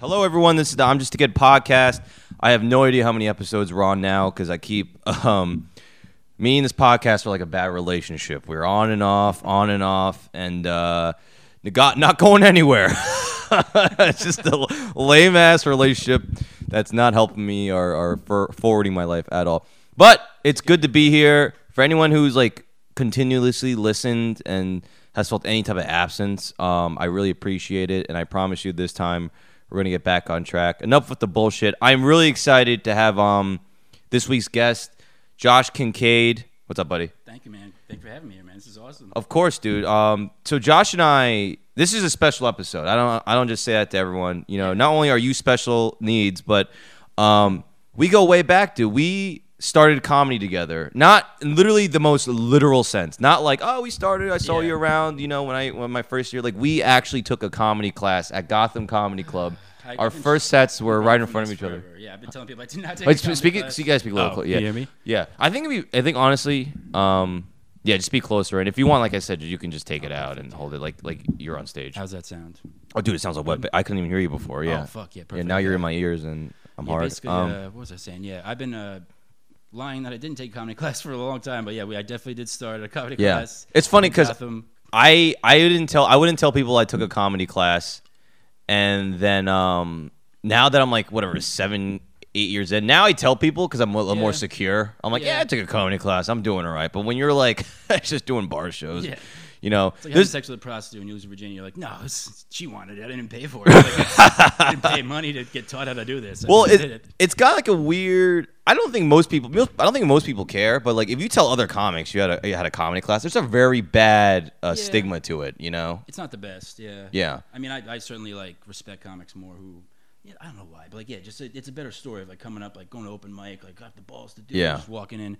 Hello, everyone. This is the I'm Just a Kid podcast. I have no idea how many episodes we're on now because I keep um, me and this podcast are like a bad relationship. We're on and off, on and off, and uh, got not going anywhere. it's just a lame ass relationship that's not helping me or, or for forwarding my life at all. But it's good to be here for anyone who's like continuously listened and has felt any type of absence. Um, I really appreciate it, and I promise you this time we're gonna get back on track. Enough with the bullshit. I'm really excited to have um this week's guest, Josh Kincaid. What's up, buddy? Thank you, man. Thank you for having me here, man. This is awesome. Of course, dude. Um, so Josh and I, this is a special episode. I don't, I don't just say that to everyone. You know, not only are you special needs, but um, we go way back, dude. We started comedy together, not literally the most literal sense. Not like, oh, we started. I saw Yeah. you around. You know, when I, when my first year, like we actually took a comedy class at Gotham Comedy Club. I Our didn't- first sets were right in From front of this each other. forever. Yeah, I've been telling people I do not take. Wait, a sp- comedy speak. class. So you guys speak a little. Oh, clo- can yeah. you hear me? Yeah. I think we. I think honestly. Um. Yeah. Just be closer, and if you want, like I said, you can just take it out and hold it like like you're on stage. How's that sound? Oh, dude, it sounds like what? I couldn't even hear you before. Yeah. Oh, fuck, yeah, Yeah. perfect, Now you're yeah. in my ears, and I'm Yeah, hard. Um, basically, uh, what was I saying? Yeah, I've been uh, lying that I didn't take comedy class for a long time, but yeah, we, I definitely did start a comedy yeah. class. It's funny in because Gotham. I I didn't tell I wouldn't tell people I took a comedy class, and then um now that I'm like whatever seven eight years in now I tell people because I'm a little more Yeah. secure. I'm like yeah. Yeah. I took a comedy class. I'm doing all right. But when you're like just doing bar shows, Yeah. you know, It's like having there's sex with a prostitute in Louisville, Virginia. You're like, no, it's, she wanted it. I didn't pay for it. Like, I didn't pay money to get taught how to do this. I well just it, did it. it's got like a weird. I don't think most people. I don't think most people care. But like if you tell other comics you had a you had a comedy class, there's a very bad uh, Yeah. stigma to it. You know. It's not the best, yeah. Yeah. I mean, I, I certainly like respect comics more. Who, yeah, I don't know why, but like, yeah, just a, it's a better story of like coming up, like going to open mic, like got the balls to do, it, Yeah. just walking in.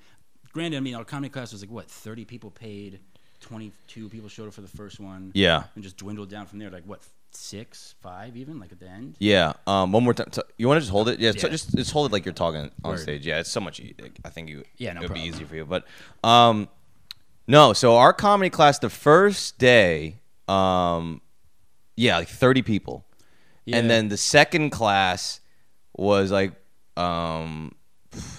Granted, I mean, our comedy class was like what thirty people paid, twenty two people showed up for the first one, Yeah. and just dwindled down from there. Like what, six, five, even like at the end. Yeah. Um. One more time. So you want to just hold it? Yeah. so Yeah. just just hold it like you're talking on Word. stage. Yeah. It's so much. e- I think you. Yeah, no It would be problem. easier for you. But, um, no. So our comedy class, the first day, um, yeah, like thirty people, Yeah. and then the second class was like, um,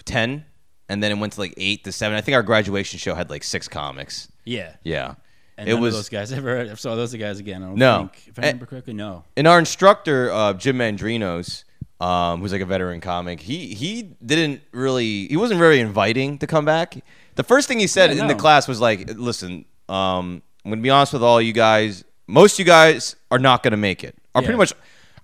ten, and then it went to like eight to seven. I think our graduation show had like six comics. Yeah, Yeah. and it none of was those guys ever I saw those guys again. I don't No. think, if I Eh. remember correctly, no. and our instructor uh, Jim Mandrinos, um, who's like a veteran comic, he he didn't really he wasn't very inviting to come back. The first thing he said Yeah, in the no. class was like, "Listen, um, I'm gonna be honest with all you guys. Most you guys are not gonna make it. Are pretty Yeah. much.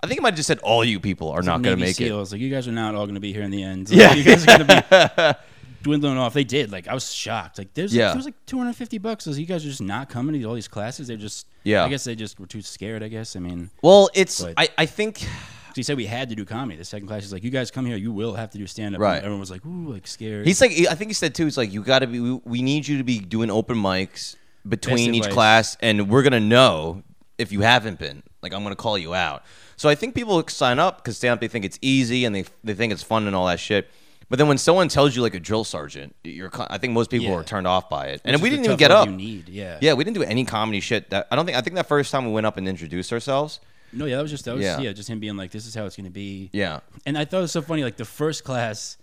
I think he might have just said all you people are not gonna Navy make it. SEALs. Like you guys are not all gonna be here in the end. Like, Yeah. you guys are gonna be dwindling off. They did. Like I was shocked. Like there's Yeah. there was like 250 bucks. Like, you guys are just not coming to all these classes. They're just Yeah. I guess they just were too scared. I guess. I mean, Well, it's Right. I I think." 'cause he said we had to do comedy. The second class is like, you guys come here, you will have to do stand up. Right. Everyone was like, ooh, like scared. He's like, I think he said too. He's like, you got to be. We, we need you to be doing open mics between Best each advice. class, and we're gonna know if you haven't been. Like, I'm gonna call you out. So I think people sign up because stand up they think it's easy and they they think it's fun and all that shit. But then when someone tells you like a drill sergeant, you're co- I think most people Yeah. are turned off by it. Which And we is the didn't even tough get love up. You need. Yeah. Yeah, we didn't do any comedy shit. That I don't think. I think that first time we went up and introduced ourselves. No. Yeah. That was just that was Yeah. yeah. Just him being like, this is how it's gonna be. Yeah. And I thought it was so funny. Like the first class,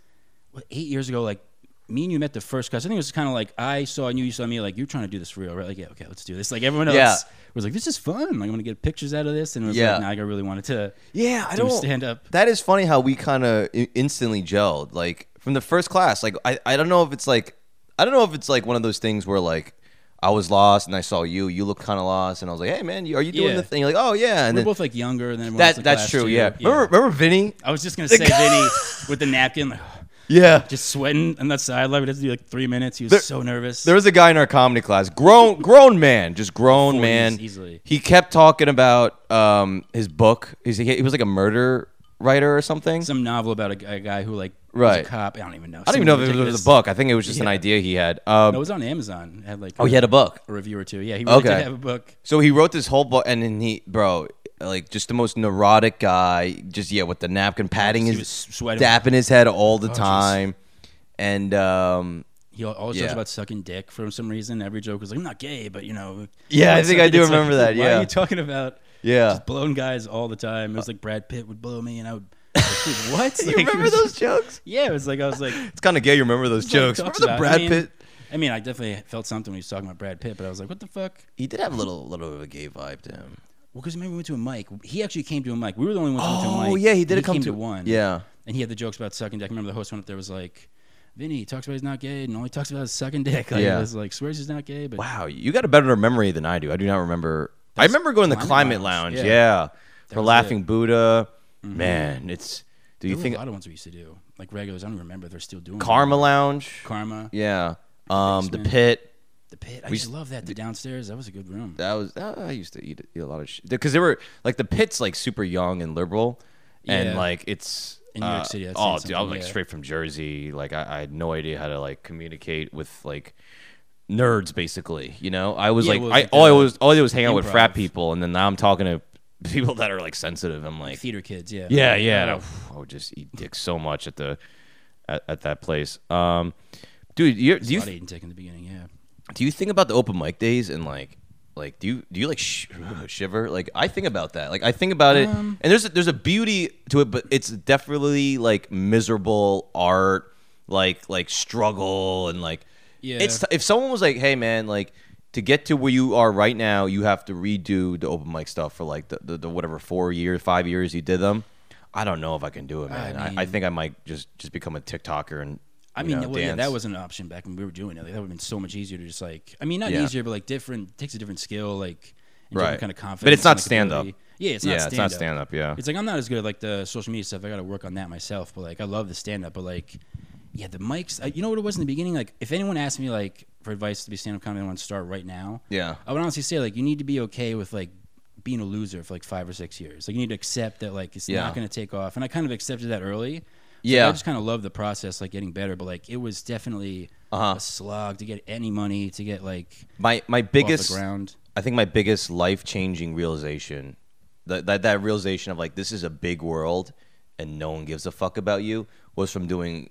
what, eight years ago, like me and you met the first class. I think it was kind of like I saw you, you saw me. Like you're trying to do this for real, right? Like yeah, okay, let's do this. Like everyone else Yeah. was like, this is fun. Like I'm gonna get pictures out of this, and it was Yeah. like, nah, I really wanted to. Yeah, I do don't stand up. That is funny how we kind of instantly gelled, like from the first class. Like I, I don't know if it's like, I don't know if it's like one of those things where like I was lost and I saw you, you look kind of lost, and I was like, hey man, you- are you doing Yeah. the thing? You're like, oh yeah, and We're then both like younger, and then everyone else that in that's class, true. too. Yeah. remember remember Vinny? I was just gonna The say guy- Vinny with the napkin, like, Yeah. just sweating on that sideline. It had to do like three minutes. He was There- so nervous. There was a guy in our comedy class, grown grown man, just grown 40s man. easily. He kept talking about um, his book. He's, he, he was like a murder writer or something. some novel about a, g- a guy who like Right. was a cop. I don't even know. I don't even know if it was a book. I think it was just an Yeah. idea he had. Um, No, it was on Amazon. It had like oh, he had a book. a review or two. Yeah, he really Okay. did have a book. So he wrote this whole book, and then he, bro, like just the most neurotic guy. Just yeah, with the napkin, patting He his, was sweating. dapping his head all the jeez. time, and um, He al- always Yeah. talks about sucking dick for some reason. Every joke was like, "I'm not gay, but you know." Yeah, I it's think like- I do it's like, remember that, Why yeah. are you talking about? Yeah. Just blowing guys all the time. It was like Brad Pitt would blow me, and I would. Dude, what? you Like, it remember was- those jokes? Yeah, it was like I was like It's kind of gay. You remember those jokes? talks Remember the Brad about- I mean, Pitt? I mean, I definitely felt something when he was talking about Brad Pitt, but I was like, what the fuck? He did have a little, little bit of a gay vibe to him. Well, because remember we went to a mic. He actually came to a mic. We were the only ones who went to a mic. Oh yeah, he did and it come came to one. Yeah. and he had the jokes about sucking dick. I remember the host went up there was like, "Vinny he talks about he's not gay and only talks about his sucking dick." Like, Yeah. it was like swears he's not gay, but Wow, you got a better memory than I do. I do not remember. I That's remember going to the Climate Climate Lounge. Lounge, Yeah. yeah. For was Laughing Buddha. Man, it's. Do you there were think a lot of ones we used to do like regulars? I don't remember if they're still doing Karma Lounge? them. Karma, yeah. Um, the Basement. Pit. the pit. I We used to love that. The downstairs, that was a good room. That was uh, I used to eat, eat a lot of shit because they were like the Pit's like super young and liberal, and Yeah. like it's. In New York uh, City, that's oh, dude, I saying was something, like yeah. straight from Jersey. Like I, I had no idea how to like communicate with like nerds. Basically, you know, I was Yeah, like, well, I like all I the was all I did was hang out with frat improv. people, and then now I'm talking to people that are like sensitive. I'm like, Theater kids, yeah, yeah, yeah. and I, I would just eat dick so much at the at, at that place. Um, dude, you, do You you lot of eating dick in the beginning, yeah. do you think about the open mic days and like, like do you do you like sh- shiver? Like I think about that. Like I think about it, Um, and there's a, there's a beauty to it, but it's definitely like miserable art, like like struggle and like Yeah. It's if someone was like, hey man, like to get to where you are right now, you have to redo the open mic stuff for like the the, the whatever four years, five years you did them. I don't know if I can do it, man. I, I, mean- think I might just just become a TikToker and I you mean, know, well, yeah, dance. that was an option back when we were doing it. Like, that would have been so much easier to just like, I mean, not Yeah. easier, but like different takes a different skill, like and Right. different kind of But it's confidence. not and, like, stand-up. ability. Yeah, it's not yeah, stand it's not stand up, yeah. It's like I'm not as good at like the social media stuff. I got to work on that myself. But like I love the stand up. But like, yeah, the mics. I, you know what it was in the beginning? Like if anyone asked me like for advice to be stand up comedy, I want to start right now. Yeah. I would honestly say like you need to be okay with like being a loser for like five or six years. Like you need to accept that like it's Yeah. not going to take off. And I kind of accepted that early. So, Yeah. like, I just kind of love the process, like getting better. But like it was definitely Uh-huh. a slog to get any money to get like my my off biggest the ground. I think my biggest life changing realization that, that that realization of like this is a big world and no one gives a fuck about you was from doing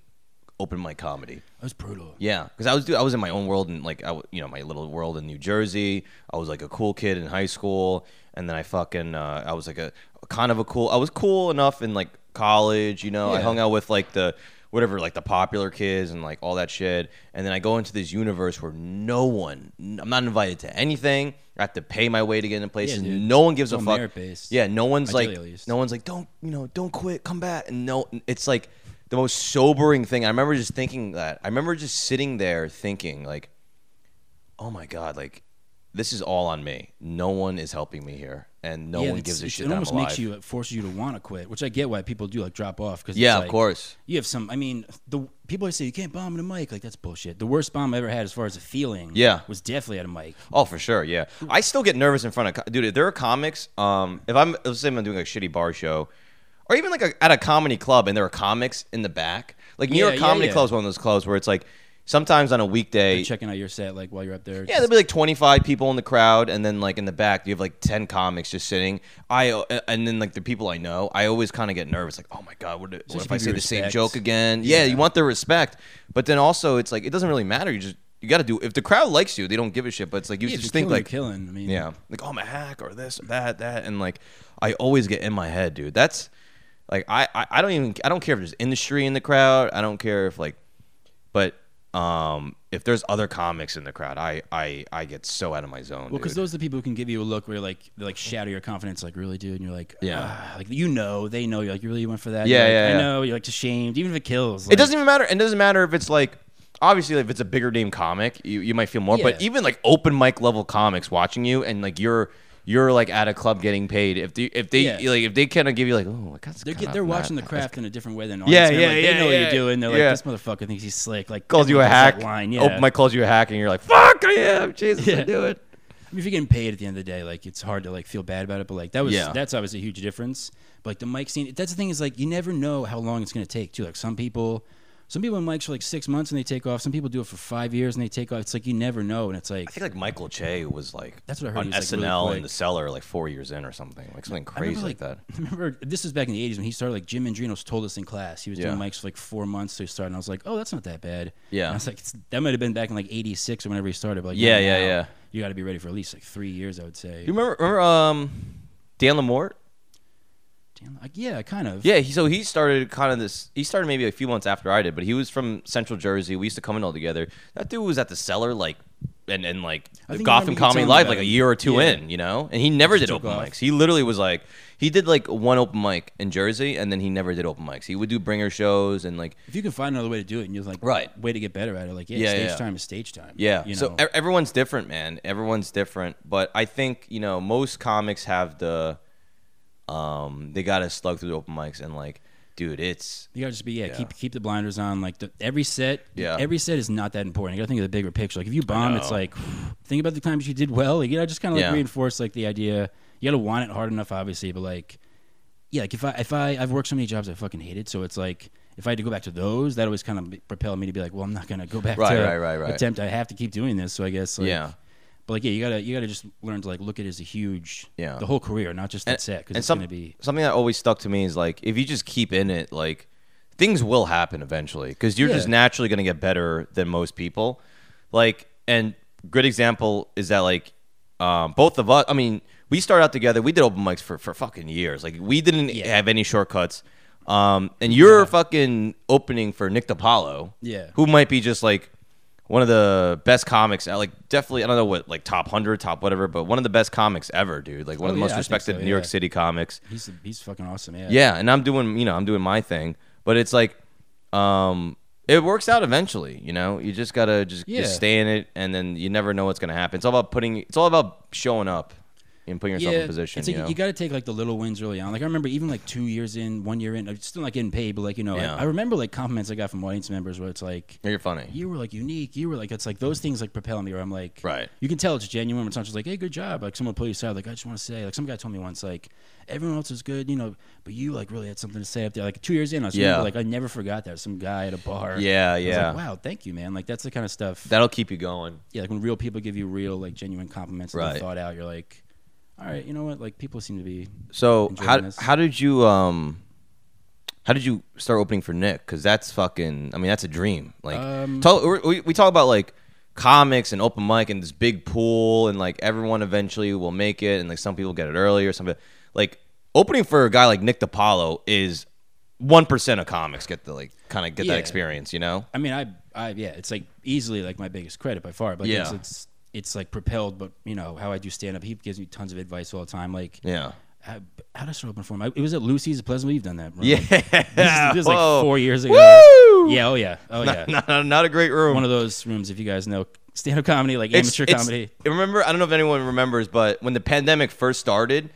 open mic comedy. It was brutal. Yeah, because I was do I was in my own world and like I w- you know my little world in New Jersey. I was like a cool kid in high school, and then I fucking uh, I was like a kind of a cool. I was cool enough in like college. You know, I Yeah. hung out with like the whatever like the popular kids and like all that shit. And then I go into this universe where no one, n- I'm not invited to anything. I have to pay my way to get into places. dude. no one gives It's a all fuck. merit-based. Yeah, no one's Ideally, at like least. no one's like don't you know don't quit come back and no it's like the most sobering thing i remember just thinking that i remember just sitting there thinking like oh my god like this is all on me no one is helping me here and no Yeah, one it's- gives a it's- shit It that almost i'm alive makes you it forces you to want to quit, which I get why people do like drop off because yeah of course you have some. I mean, the people always say you can't bomb in a mic, like that's bullshit. The worst bomb I ever had, as far as a feeling, Yeah. was definitely at a mic. Oh, for sure, yeah. I still get nervous in front of co- dude. If there are comics, um, if I'm let's say I'm doing a shitty bar show, or even like a, at a comedy club, and there are comics in the back, like New Yeah, York yeah, Comedy yeah. Club is one of those clubs where it's like sometimes on a weekday, You're checking out your set like while you're up there. yeah, there'll be like 25 people in the crowd, and then like in the back, you have like 10 comics just sitting. I uh, and then like the people I know, I always kind of get nervous, like, oh my god, what, if- what Especially if I if say you the same respect. joke again? Yeah. Yeah. you want their respect, but then also it's like it doesn't really matter. You just you got to do. If the crowd likes you, they don't give a shit. But it's like you Yeah, if just you're think killing, like you're killing. I mean, yeah. Like, oh, I'm a hack or this, or that, that. And like, I always get in my head, dude. That's like, I, I, I don't even, I don't care if there's industry in the crowd. I don't care if like, but, um, if there's other comics in the crowd, I, I, I get so out of my zone. Well, because dude. those are the people who can give you a look where you're like, they like shatter your confidence, like really, dude. And you're like, Yeah. "Ah," like you know, they know. You're like, you really went for that. Yeah, You're like, yeah, yeah. I know. You're like ashamed, even if it kills. it like- doesn't even matter. It doesn't matter if it's like, obviously, if it's a bigger name comic, you, you might feel more, but Yeah. even like open mic level comics watching you and like you're, you're like at a club getting paid. If they, if they, Yeah. like, if they kind of give you like, oh, that's They're, kind get, of they're not- watching the craft in a different way than audience. Yeah, member. yeah, Like, yeah, They know yeah, what you're doing. They're yeah. like, this motherfucker thinks he's slick. Like, calls you a everyone hack. does Oh that Line, yeah. Open mic calls you a hack, and you're like, "Fuck, I am." Jesus, I Yeah. do it. I mean, if you're getting paid at the end of the day, like it's hard to like feel bad about it, but like that was Yeah. that's obviously a huge difference. But like the mic scene, that's the thing is like you never know how long it's gonna take too. Like some people, some people in mics for like six months and they take off. Some people do it for five years and they take off. It's like you never know, and it's like I think like Michael Che was like That's what I heard, on he was, like, really SNL in quick. the cellar like four years in or something, like something I crazy like, that. I remember this was back in the '80s when he started. Like Jim Andrinos told us in class, he was Yeah. doing mics for like four months. So he started, and I was like, "Oh, that's not that bad." Yeah. and I was like, it's, "That might have been back in like '86 or whenever he started." But like, Yeah, not yeah, now. yeah. You got to be ready for at least like three years, I would say. You remember? Remember? Um, Dan Lamort. Dan, like, yeah, kind of. Yeah, he, so he started kind of this. He started maybe a few months after I did, but he was from Central Jersey. We used to come in all together. That dude was at the cellar like, and and like I think I remember Gotham you Comedy telling me Live about like a him. year or two Yeah. in, you know. And he never Just did took open off. mics. He literally was like, he did like one open mic in Jersey, and then he never did open mics. He would do bringer shows and like If you can find another way to do it, and you're like, Right. way to get better at it. Like, yeah, Yeah, stage yeah. time is stage time. Yeah. you so know. e- everyone's different, man. Everyone's different, but I think you know most comics have the, um, they got to slug through the open mics and like, dude, it's You gotta just be yeah, Yeah. keep keep the blinders on. Like the, every set, Yeah. every set is not that important. You gotta think of the bigger picture. Like if you bomb, it's know. like think about the times you did well. Like, you know, just kind of like Yeah. reinforce like the idea. You gotta want it hard enough, obviously, but like yeah, like if I if I I've worked so many jobs I fucking hated, so it's like if I had to go back to those, that always kind of propelled me to be like, well, I'm not gonna go back Right, to right, right, right. attempt. I have to keep doing this. So I guess like, Yeah. But like yeah, you gotta you gotta just learn to like look at it as a huge Yeah. the whole career, not just that set because and it's some- gonna be something that always stuck to me is like if you just keep in it, like things will happen eventually because you're just Yeah. naturally gonna get better than most people. Like, and good example is that like, um, both of us. I mean, we started out together. We did open mics for for fucking years. Like, we didn't Yeah. have any shortcuts. Um, and you're fucking opening for Nick DiPaolo, Yeah. who might be just like one of the best comics. uh, Like, definitely, I don't know what, like top hundred, top whatever, but one of the best comics ever, dude. Like, one Oh, of the yeah, most I think respected so, New York yeah. City comics. he's he's fucking awesome. Yeah. Yeah, and I'm doing, you know, I'm doing my thing, but it's like, um, it works out eventually. You know, you just gotta just, Yeah. just stay in it, and then you never know what's gonna happen. It's all about putting. It's all about showing up and putting yourself in position. It's like you you, know? got to take like the little wins early on. Like I remember even like two years in, one year in, I'm still not getting paid, but like you know, I- Yeah. I, remember like compliments I got from audience members where it's like. You're funny. You were like unique. You were like it's like those things like propel me. Where I'm like, Right. You can tell it's genuine. When it's not just like, hey, good job. Like someone pull you aside. Like I just want to say. Like some guy told me once. Like everyone else is good, you know, but you like really had something to say up there. Like two years in, I was Yeah. like I never forgot that. Some guy at a bar. Yeah, I was like, yeah. wow, thank you, man. Like that's the kind of stuff That'll keep you going. yeah, like when real people give you real, like genuine compliments that Right. they thought out, you're like, all right, you know what? Like people seem to be. So Enjoying how this. how did you um how did you start opening for Nick? Because that's fucking. I mean, that's a dream. Like, Um, tell- we- we we talk about like comics and open mic and this big pool and like everyone eventually will make it and like some people get it earlier. Some people- like opening for a guy like Nick DiPaolo is one percent of comics get to like kind of get Yeah. that experience. You know? I mean, I, I, yeah, it's like easily like my biggest credit by far. But like, Yeah. it's, it's it's like propelled, but you know how I do stand up. He gives me tons of advice all the time. Like, Yeah. how, how to start open for him? I, it was at Lucy's at Pleasantville. You've done that, right? Yeah. This is, this is like Whoa. four years ago. Woo! Yeah. Oh yeah. Oh yeah. Not, not a great room. One of those rooms, if you guys know stand up comedy, like It's- amateur it's- comedy. Remember, I don't know if anyone remembers, but when the pandemic first started,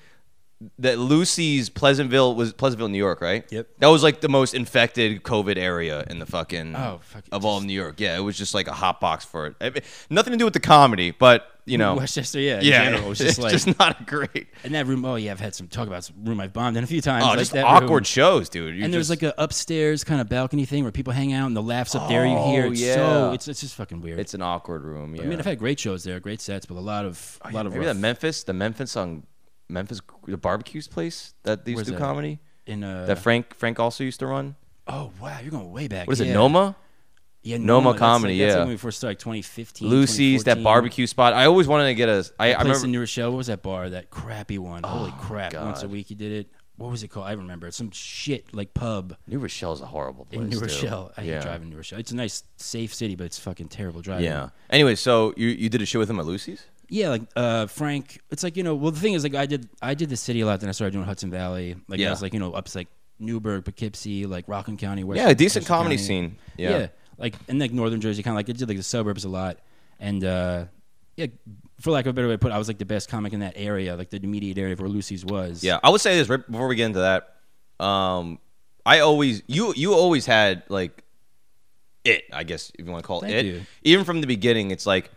that Lucy's Pleasantville was Pleasantville, New York, right? Yep. That was like the most infected COVID area in the fucking Oh, fuck, of all of New York. Yeah, it was just like a hot box for it. I mean, nothing to do with the comedy, but you know, Westchester, yeah. In yeah, general, it was it's just like just not a great. in that room. Oh yeah, I've had some talk about some room I've bombed in a few times. Oh, like just that awkward room. shows, dude. and there's like a upstairs kind of balcony thing where people hang out and the laughs up there you hear Oh, it's yeah. so it's, it's just fucking weird it's an awkward room. Yeah. Oh, i mean i've had great shows there great sets but a lot of a lot of Remember rough that Memphis, the Memphis on Memphis, the barbecues place that they used Where's to do that? comedy. in uh that Frank Frank also used to run. oh wow you're going way back What is yeah. it, Noma? yeah Noma Noma, that's Comedy, like, that's yeah. like when we first started like 2015 Lucy's, that 2014. barbecue spot. I always wanted to get a. I, that I place remember. Oh, in new rochelle what was that bar that crappy one? holy crap once a God. week you did it what was it called i remember it's some shit like pub New Rochelle's a horrible place. in New too. Rochelle, I hate yeah. driving in New Rochelle. It's a nice, safe city, but it's fucking terrible driving. Yeah. Anyway, so you you did a show with him at Lucy's. Yeah, like uh, Frank. It's like you know. Well, the thing is, like I did, I did the city a lot. Then I started doing Hudson Valley. Like Yeah. I was like you know up to, like Newburgh, Poughkeepsie, like Rockland County. West, Yeah, a decent Westchester comedy County. scene. Yeah. like and like Northern Jersey, kind of like I did like the suburbs a lot. And uh, yeah, for lack of a better way to put, it, I was like the best comic in that area, like the immediate area of where Lucy's was. Yeah, I would say this right before we get into that. Um, I always you you always had like it. I guess if you want to call it, Thank it. you. Even from the beginning, it's like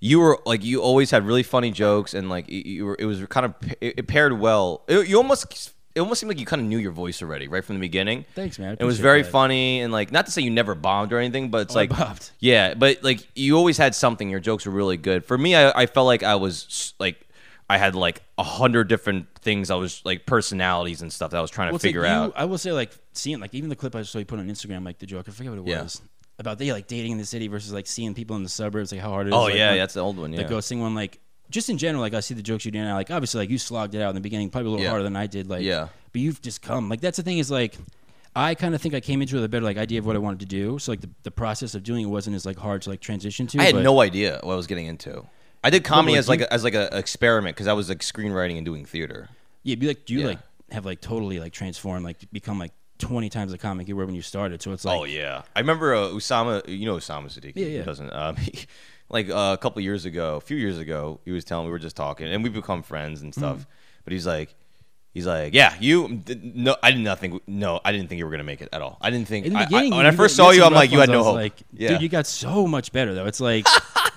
you were like you always had really funny jokes and like you- you were. It was kind of it, it paired well. It, you almost it almost seemed like you kind of knew your voice already right from the beginning. Thanks, man. I It was appreciate very that. funny and like not to say you never bombed or anything, but it's Oh, I like bombed. yeah, but like you always had something. Your jokes were really good. For me, I, I felt like I was s- like I had like a hundred different things. I was like personalities and stuff that I was trying to Well, it's like figure you- out. I will say, like seeing, like even the clip I saw you put on Instagram, like the joke. I forget what it Yeah. was about. They like dating in the city versus like seeing people in the suburbs, like how hard it is. Oh like, yeah, when- that's the old one. Yeah, the ghosting one like just in general, like I see the jokes you do now. Like obviously, like you slogged it out in the beginning, probably a little Yeah. harder than I did. Like Yeah. but you've just come. Like that's the thing is like. I kind of think I came into it with a better like idea of what I wanted to do, so like the, the process of doing it wasn't as like hard to like transition to. I had but- no idea what I was getting into. I did comedy like, as like you- a, as like a experiment because I was like screenwriting and doing theater. Yeah, be like, do you Yeah. like have like totally like transformed, like become like twenty times the comic you were when you started? So it's like, oh yeah, I remember uh, Usama. You know Usama Siddiqui. Yeah, yeah. Who doesn't? Um, he- like uh, a couple years ago, a few years ago, he was telling we were just talking, and we become friends and stuff. Mm-hmm. But he's like, he's like, yeah, you. d- No, I did not think. No, I didn't think you were gonna make it at all. I didn't think. in the I- I- beginning, when I you first got- saw you, some I'm like, rough you had ones, I no was hope. Like, yeah, dude, you got so much better though. It's like,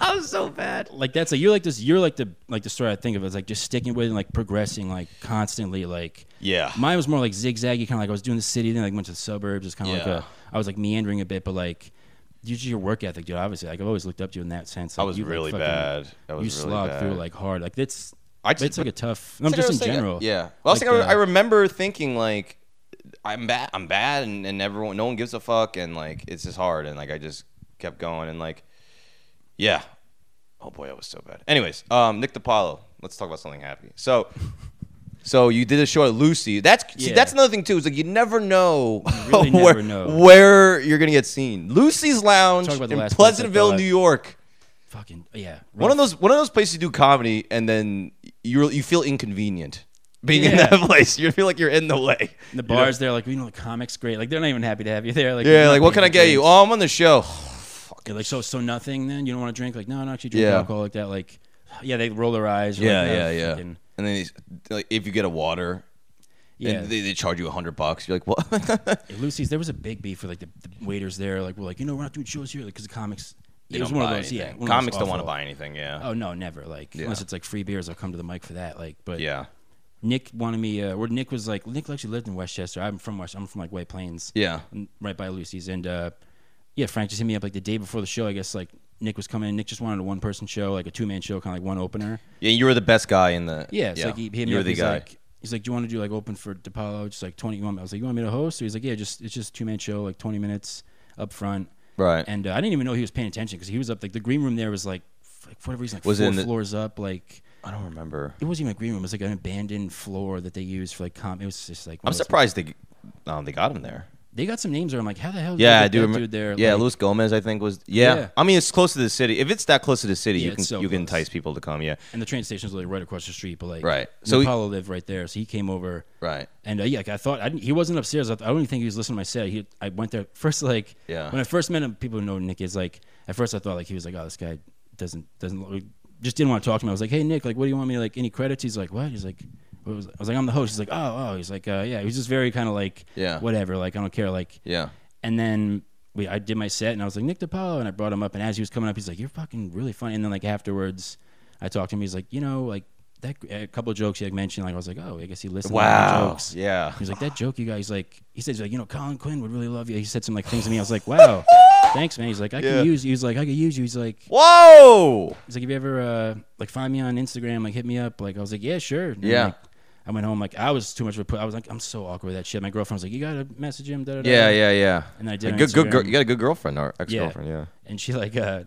I was so bad. like that's like you're like this. You're like the like the story I think of. It's like just sticking with it and like progressing like constantly. Like Yeah. mine was more like zigzaggy, kind of like I was doing the city, then like went to the suburbs. It's kind of Yeah. like a, I was like meandering a bit, but like. you just your work ethic, dude. Obviously, like I've always looked up to you in that sense. Like, was you, like, really fucking- bad. I was you really slog through bad. like hard. Like that's, I it's like a tough. I'm That's what I just in was thinking. general. Yeah. Well, I was Like, thinking, I uh, remember thinking like, I'm bad. I'm bad, and, and everyone, no one gives a fuck, and like it's just hard, and like I just kept going, and like, yeah. Oh boy, I was so bad. Anyways, um, Nick DiPaolo. Let's talk about something happy. So. So you did a show at Lucy. That's see, Yeah. that's another thing too. Is like you never know, really where, never know. where you're gonna get seen. Lucy's Lounge Talk about the in last place I Pleasantville, thought. New York. fucking yeah. One of those one of those places you do comedy and then you you feel inconvenient being in Yeah. that place. You feel like you're in the way. the bars there, like we know the comics great. Like they're not even happy to have you there. Like Yeah, like what can I get you? Oh, I'm on the show. They're like so so nothing. Then you don't want to drink. Like no, I don't actually drink Yeah. alcohol like that. Like yeah, they roll their eyes. You're like, "Oh, fucking-" And then he's, like, if you get a water, Yeah. and they, they charge you a hundred bucks. You're like, what? At Lucy's, there was a big beef with like the, the waiters there. Like we're like you know we're not doing shows here because the comics. They it was don't one of buy those. Yeah, anything. one of those comics don't want to awful- buy anything. Yeah, Oh no, never. Like Yeah. unless it's like free beers, I'll come to the mic for that. Like but yeah, Nick wanted me. Uh, where Nick was like, Nick actually lived in Westchester. I'm from West. I'm from like White Plains. yeah. n- right by Lucy's. And uh, yeah, Frank just hit me up like the day before the show. I guess like Nick was coming. in. Nick just wanted a one person show, like a two man show, kind of like one opener. Yeah, you were the best guy in the. Yeah, it's like he, he hit me you were up. the He's guy. like, he's like, do you want to do like open for DePaulo? Just like twenty. You want me? I was like, you want me to host? So he's like, yeah, just it's just two man show, like twenty minutes up front. right. And uh, I didn't even know he was paying attention because he was up like the green room there was like, f- like for whatever reason, like Was it four in the- floors up. Like I don't remember. it wasn't even a green room. It was like an abandoned floor that they used for like com. It was just like one I'm of those- surprised they um, they got him there. They got some names there. I'm like, how the hell? did Yeah, I they get do that remember. Dude there, yeah, Like, Luis Gomez, I think was. Yeah. Yeah. I mean, it's close to the city. If it's that close to the city, Yeah, you it's can so you can close. entice people to come. Yeah, and the train station's like right across the street, but like Right. So So he- Apollo lived right there, so he came over. right. And uh, yeah, like, I thought I didn't, he wasn't upstairs. I, th- I don't even think he was listening to my set. He, I went there first. Like Yeah. when I first met him, people who know Nick is like. At first, I thought like he was like, oh, this guy doesn't doesn't look- just didn't want to talk to me. I was like, hey Nick, like, what do you want me to, like? Any credits? He's like, what? He's like. What was I was like, I'm the host. He's like, oh, oh. He's like, uh, yeah. He was just very kind of like, Yeah. whatever. Like, I don't care. Like, Yeah, and then we, I did my set, and I was like Nick DiPaolo, and I brought him up, and as he was coming up, he's like, "You're fucking really funny." And then like afterwards, I talked to him. He's like, "You know, like that a couple of jokes he had mentioned, like I was like, oh, I guess he listened to all the Wow. jokes." Yeah. He's like, "That joke, you guys like." He says, "Like you know, Colin Quinn would really love you." He said some like things to me. I was like, "Wow, thanks, man." He's like, "I Yeah. can use." you." He's like, "I could use you." He's like, Whoa! He's like, if you ever uh, like find me on Instagram, like hit me up. Like I was like, yeah, sure. And then, Yeah. like, I went home like I was too much of a put. I was like, I'm so awkward with that shit. My girlfriend was like, you gotta message him. Da, da, da. Yeah, yeah, yeah. And I did A on good, good girl. Instagram. You got a good girlfriend or ex girlfriend? Yeah. And she like, uh,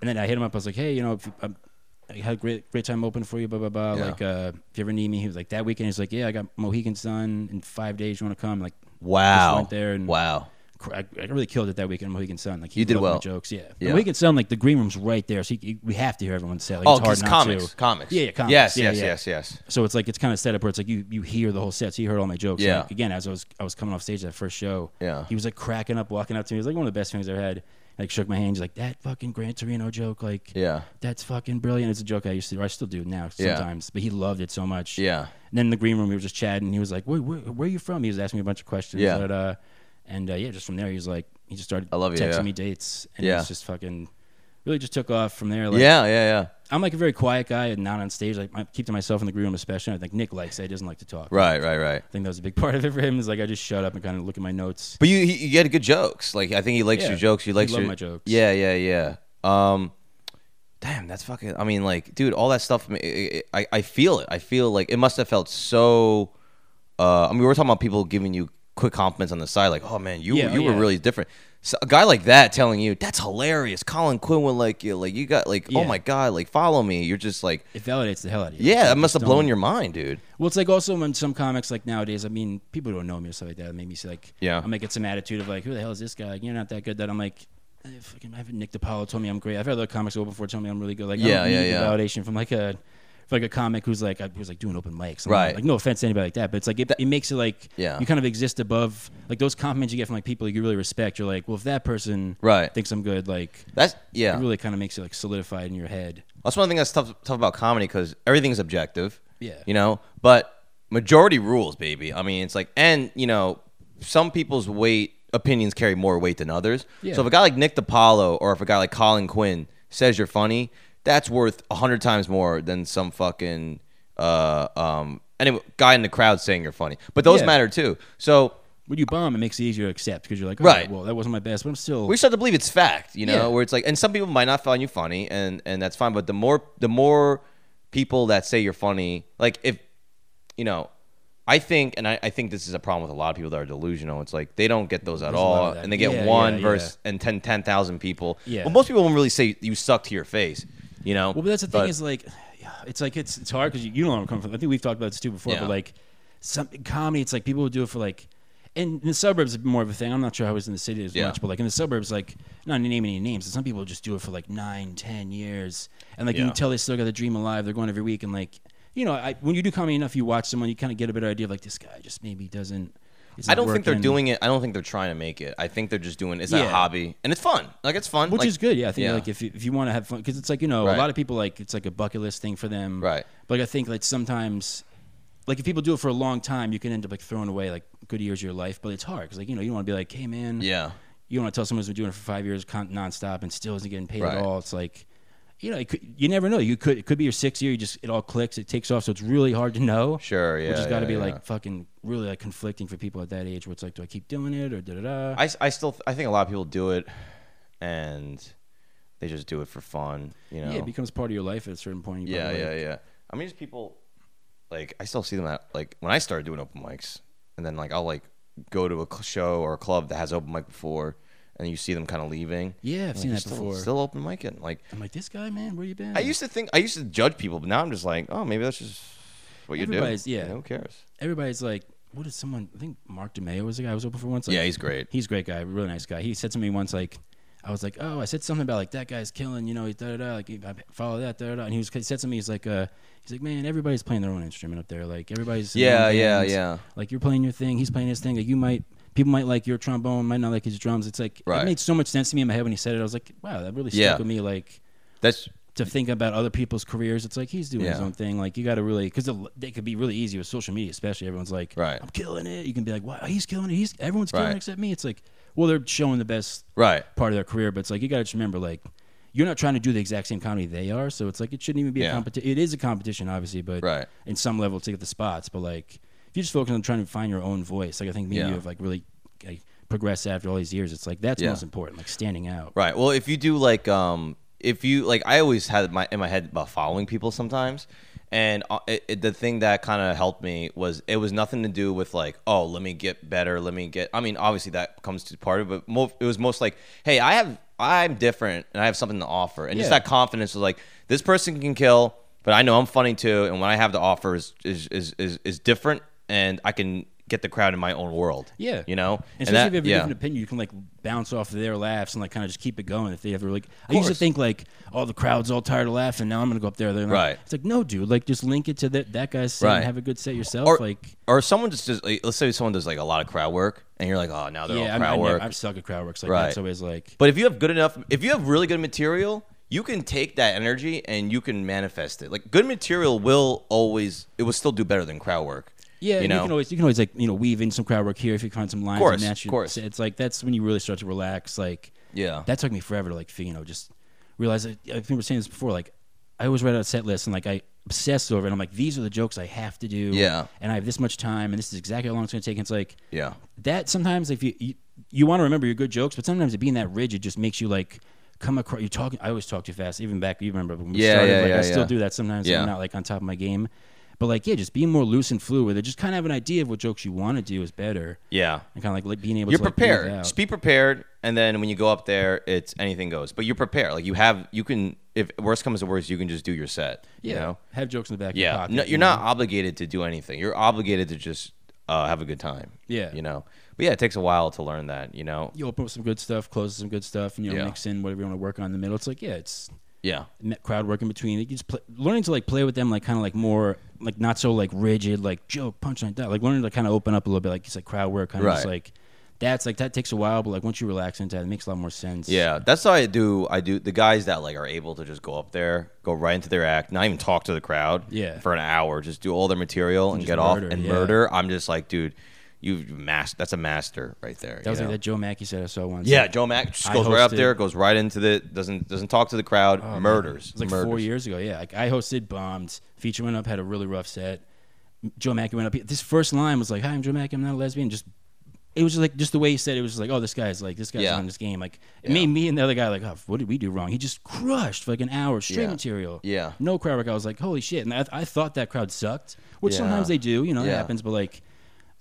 and then I hit him up. I was like, hey, you know, if you, um, I had a great great time open for you, blah blah blah. Yeah. Like, uh, if you ever need me, he was like that weekend. He's like, yeah, I got Mohegan Sun in five days. You want to come? Like, Wow. went there and- wow. cr- I, I really killed it that weekend. Mohegan Sun. Like, he You did loved my well. jokes, yeah. Yeah. yeah. Mohegan Sun, like the green room's right there, so you, you- we have to hear everyone say. Like, oh, it's hard because not comics, to. comics. Yeah, yeah, comics. Yes, Yeah, yes, yeah. yes, yes. So it's like it's kind of set up where it's like you you hear the whole set. So you heard all my jokes. Yeah. Like, again, as I was I was coming off stage that first show. Yeah. He was like cracking up, walking up to me. It was like one of the best things I ever had. Like shook my hand. He's like that fucking Gran Torino joke. Like Yeah. that's fucking brilliant. It's a joke I used to or I still do now Yeah. sometimes. But he loved it so much. Yeah. And then in the green room we were just chatting. He was like, where, where, where are you from? He was asking me a bunch of questions. Yeah. But, uh, and uh, yeah, just from there he was like he just started I love you, texting yeah. me dates and Yeah. it's just fucking really just took off from there. Like, yeah, yeah, yeah. I'm like a very quiet guy and not on stage. Like I keep to myself in the green room, especially. I think Nick likes it. He doesn't like to talk. Right, right, right. I think that was a big part of it for him. Is like I just shut up and kind of look at my notes. But you, you you had good jokes. Like I think he likes Yeah. your jokes. You like He loved your my jokes. Yeah, yeah, yeah. Um, damn, that's fucking. I mean, like, dude, all that stuff. I, I, I feel it. I feel like it must have felt so. Uh, I mean, we were talking about people giving you quick compliments on the side, like, "Oh man, you Yeah, you oh, were yeah. really different." So a guy like that telling you that's hilarious. Colin Quinn would like you. Like you got like oh Yeah. my god. Like follow me. You're just like It validates the hell out of you. yeah. Like, That you must just have blown don't- your mind, dude. Well, it's like also when some comics like nowadays. I mean, people don't know me or stuff like that. It made me say like, Yeah. I might get some attitude of like, who the hell is this guy? Like, You're not that good. That I'm like, eh, fucking. I have Nick DiPaolo told me I'm great. I've had other comics go before tell me I'm really good. Like, I Yeah, don't yeah, need the yeah. Validation from like a, from like a comic who's like, who's like doing open mics. I'm Right. Like, no offense to anybody like that, but it's like it, it makes it like, Yeah. you kind of exist above like those compliments you get from like people you really respect. You're like, well, if that person Right. thinks I'm good, like, That's it yeah. really kind of makes it like solidified in your head. That's one thing that's tough, tough about comedy because everything's objective. Yeah. You know, but majority rules, baby. I mean, it's like, and you know, some people's weight opinions carry more weight than others. Yeah. So if a guy like Nick DiPaolo or if a guy like Colin Quinn says you're funny, that's worth a hundred times more than some fucking uh um anyway guy in the crowd saying you're funny. But those Yeah. matter too. So When you bomb, it makes it easier to accept because you're like, all Right. right, well, that wasn't my best, but I'm still. we start to believe it's fact, you know, Yeah. where it's like, and some people might not find you funny, and and that's fine. But the more the more people that say you're funny, like if you know, I think, and I, I think this is a problem with a lot of people that are delusional. It's like they don't get those at There's a lot all, of that. and they get Yeah, one yeah, versus and 10 10,000 people. Yeah. Well, most people won't really say you suck to your face, you know. Well, but that's the thing is like, it's like it's it's hard because you, you know where I'm coming from. I think we've talked about this too before, Yeah. but like, some comedy, it's like people would do it for like, and in the suburbs it's more of a thing. I'm not sure how it was in the city as Yeah. much, but like in the suburbs, like not to name any names, but some people just do it for like nine, ten years, and like you Yeah. can tell they still got the dream alive. They're going every week, and like, you know, I, when you do comedy enough, you watch someone, you kind of get a better idea of like this guy just maybe doesn't. it's I not don't think they're working. doing it. I don't think they're trying to make it. I think they're just doing it's a Yeah. hobby, and it's fun. Like it's fun, which Like- is good. Yeah, I think yeah. like if you, if you want to have fun, because it's like you know Right. a lot of people like it's like a bucket list thing for them. Right. But like, I think like sometimes, like if people do it for a long time, you can end up like throwing away like good years of your life. But it's hard because like you know you don't want to be like, hey man, Yeah. You want to tell someone who's been doing it for five years con- nonstop and still isn't getting paid Right. at all. It's like. You know, it could, you never know. You could it could be your sixth year. You just it all clicks. It takes off. So it's really hard to know. Sure, Which has yeah, got to yeah, be yeah. like fucking really like conflicting for people at that age. Where it's like, do I keep doing it or da da da? I, I still I think a lot of people do it, and they just do it for fun. You know. Yeah, it becomes part of your life at a certain point. You yeah, probably, like, yeah, yeah. I mean, just people like I still see them at like when I started doing open mics, and then like I'll like go to a cl- show or a club that has open mic before, and you see them kind of leaving. Yeah, Like, I've seen you're that still, before. Still open micing. Like I'm like, this guy, man, where you been? I used to think I used to judge people, but now I'm just like, oh, maybe that's just what you Everybody's- do. yeah. Who cares? Everybody's like, what is someone? I think Mark DeMeo was the guy I was open for once. Like, Yeah, he's great. He's a great guy, really nice guy. He said to me once, like, I was like, oh, I said something about like that guy's killing, you know, he da da da, like I follow that da da da, and he was he said to me, he's like, uh, he's like, man, everybody's playing their own instrument up there, like everybody's in their Yeah, own yeah, bands. yeah. Like you're playing your thing, he's playing his thing. Like you might, people might like your trombone, might not like his drums. It's like Right. it made so much sense to me in my head when he said it. I was like, wow, that really stuck Yeah. with me. Like That's to think about other people's careers. It's like he's doing his Yeah. own thing. Like you got to really because they could be really easy with social media, especially everyone's like, Right. I'm killing it. You can be like, wow, he's killing it. He's everyone's killing Right. it except me. It's like, well, they're showing the best right. part of their career, but it's like you got to just remember, like, you're not trying to do the exact same comedy they are. So it's like it shouldn't even be Yeah. a competition. It is a competition, obviously, but Right. in some level to get the spots. But like if you just focus on trying to find your own voice, like I think me and Yeah. you have like really like, progressed after all these years. It's like that's Yeah. most important, like standing out. Right. Well, if you do like, um, if you like, I always had my in my head about following people sometimes, and uh, it, it, the thing that kind of helped me was it was nothing to do with like, oh, let me get better, let me get. I mean, obviously that comes to part of, it, but mo- it was most like, hey, I have, I'm different, and I have something to offer, and just Yeah. that confidence was like, this person can kill, but I know I'm funny too, and what I have to offer is is is is, is different, and I can get the crowd in my own world. Yeah, You know, and especially that- if you have a yeah. different opinion, you can like bounce off of their laughs and like kind of just keep it going. If they ever like, I used to course. think like, oh, the crowd's all tired of laughing. Now I'm gonna go up there. They're not- Right. It's like, no, dude. Like, just link it to that that guy's set Right. and have a good set yourself. or like, or someone just does like, let's say someone does like a lot of crowd work and you're like oh now they're yeah, all I'm, crowd I work never, I'm stuck at crowd works. Like, Right. that's always like, but if you have good enough if you have really good material you can take that energy and you can manifest it like good material will always it will still do better than crowd work yeah, you you, know can always you can always like you know weave in some crowd work here if you find some lines. Course, and that's your, course. It's like that's when you really start to relax. Like, yeah that took me forever to like f- you know just realize that, i remember saying this before like i always write out a set list and like i obsess over it i'm like these are the jokes i have to do Yeah. and i have this much time and this is exactly how long it's going to take and it's like yeah that sometimes if you you, you want to remember your good jokes but sometimes it being that rigid just makes you like come across you're talking i always talk too fast even back you remember when we Yeah, started yeah, like yeah, i still yeah. do that sometimes Yeah. i'm not like on top of my game But like, yeah, just being more loose and fluid with it. Just kind of have an idea of what jokes you want to do is better, Yeah. and kind of like, like being able You're to like, breathe prepared. out. Just be prepared, and then when you go up there, it's anything goes. But you're prepared. Like you have, you can. If worst comes to worst, you can just do your set. You know? have jokes in the back. Of your Yeah. pocket, No, you're you know? not obligated to do anything. You're obligated to just uh, have a good time. Yeah. You know. But yeah, it takes a while to learn that. You know. You open up some good stuff, close some good stuff, and you know, Yeah. mix in whatever you want to work on in the middle. It's like, yeah, it's Yeah. met crowd work in between. You just play, learning to like play with them, like kind of like more like not so like rigid, like joke punchline that. Like learning to kind of open up a little bit, like it's like crowd work, kind of just Right. like that's like that takes a while, but like once you relax into that, it makes a lot more sense. Yeah, that's how I do. I do the guys that like are able to just go up there, go right into their act, not even talk to the crowd. Yeah. for an hour, just do all their material and, just get murder, off and yeah. murder. I'm just like, dude, you've mastered. That's a master right there. that was you like know? that Joe Mackey said I saw once. yeah, Joe Mack just I goes right up hosted- Oh, there, goes right into the doesn't doesn't talk to the crowd, murders. It was like murders. four years ago. Yeah, like I hosted Bombed. Feature went up, had a really rough set. Joe Mackey went up. This first line was like, "Hi, I'm Joe Mackey. I'm not a lesbian." Just it was just like just the way he said it was just like, "Oh, this guy's like this guy's Yeah. on this game." Like it Yeah. made me and the other guy like, "Oh, what did we do wrong?" He just crushed for like an hour straight Yeah. material. Yeah. no crowd work. I was like, "Holy shit!" And I, I thought that crowd sucked, which Yeah. sometimes they do. You know, it Yeah. happens. But like.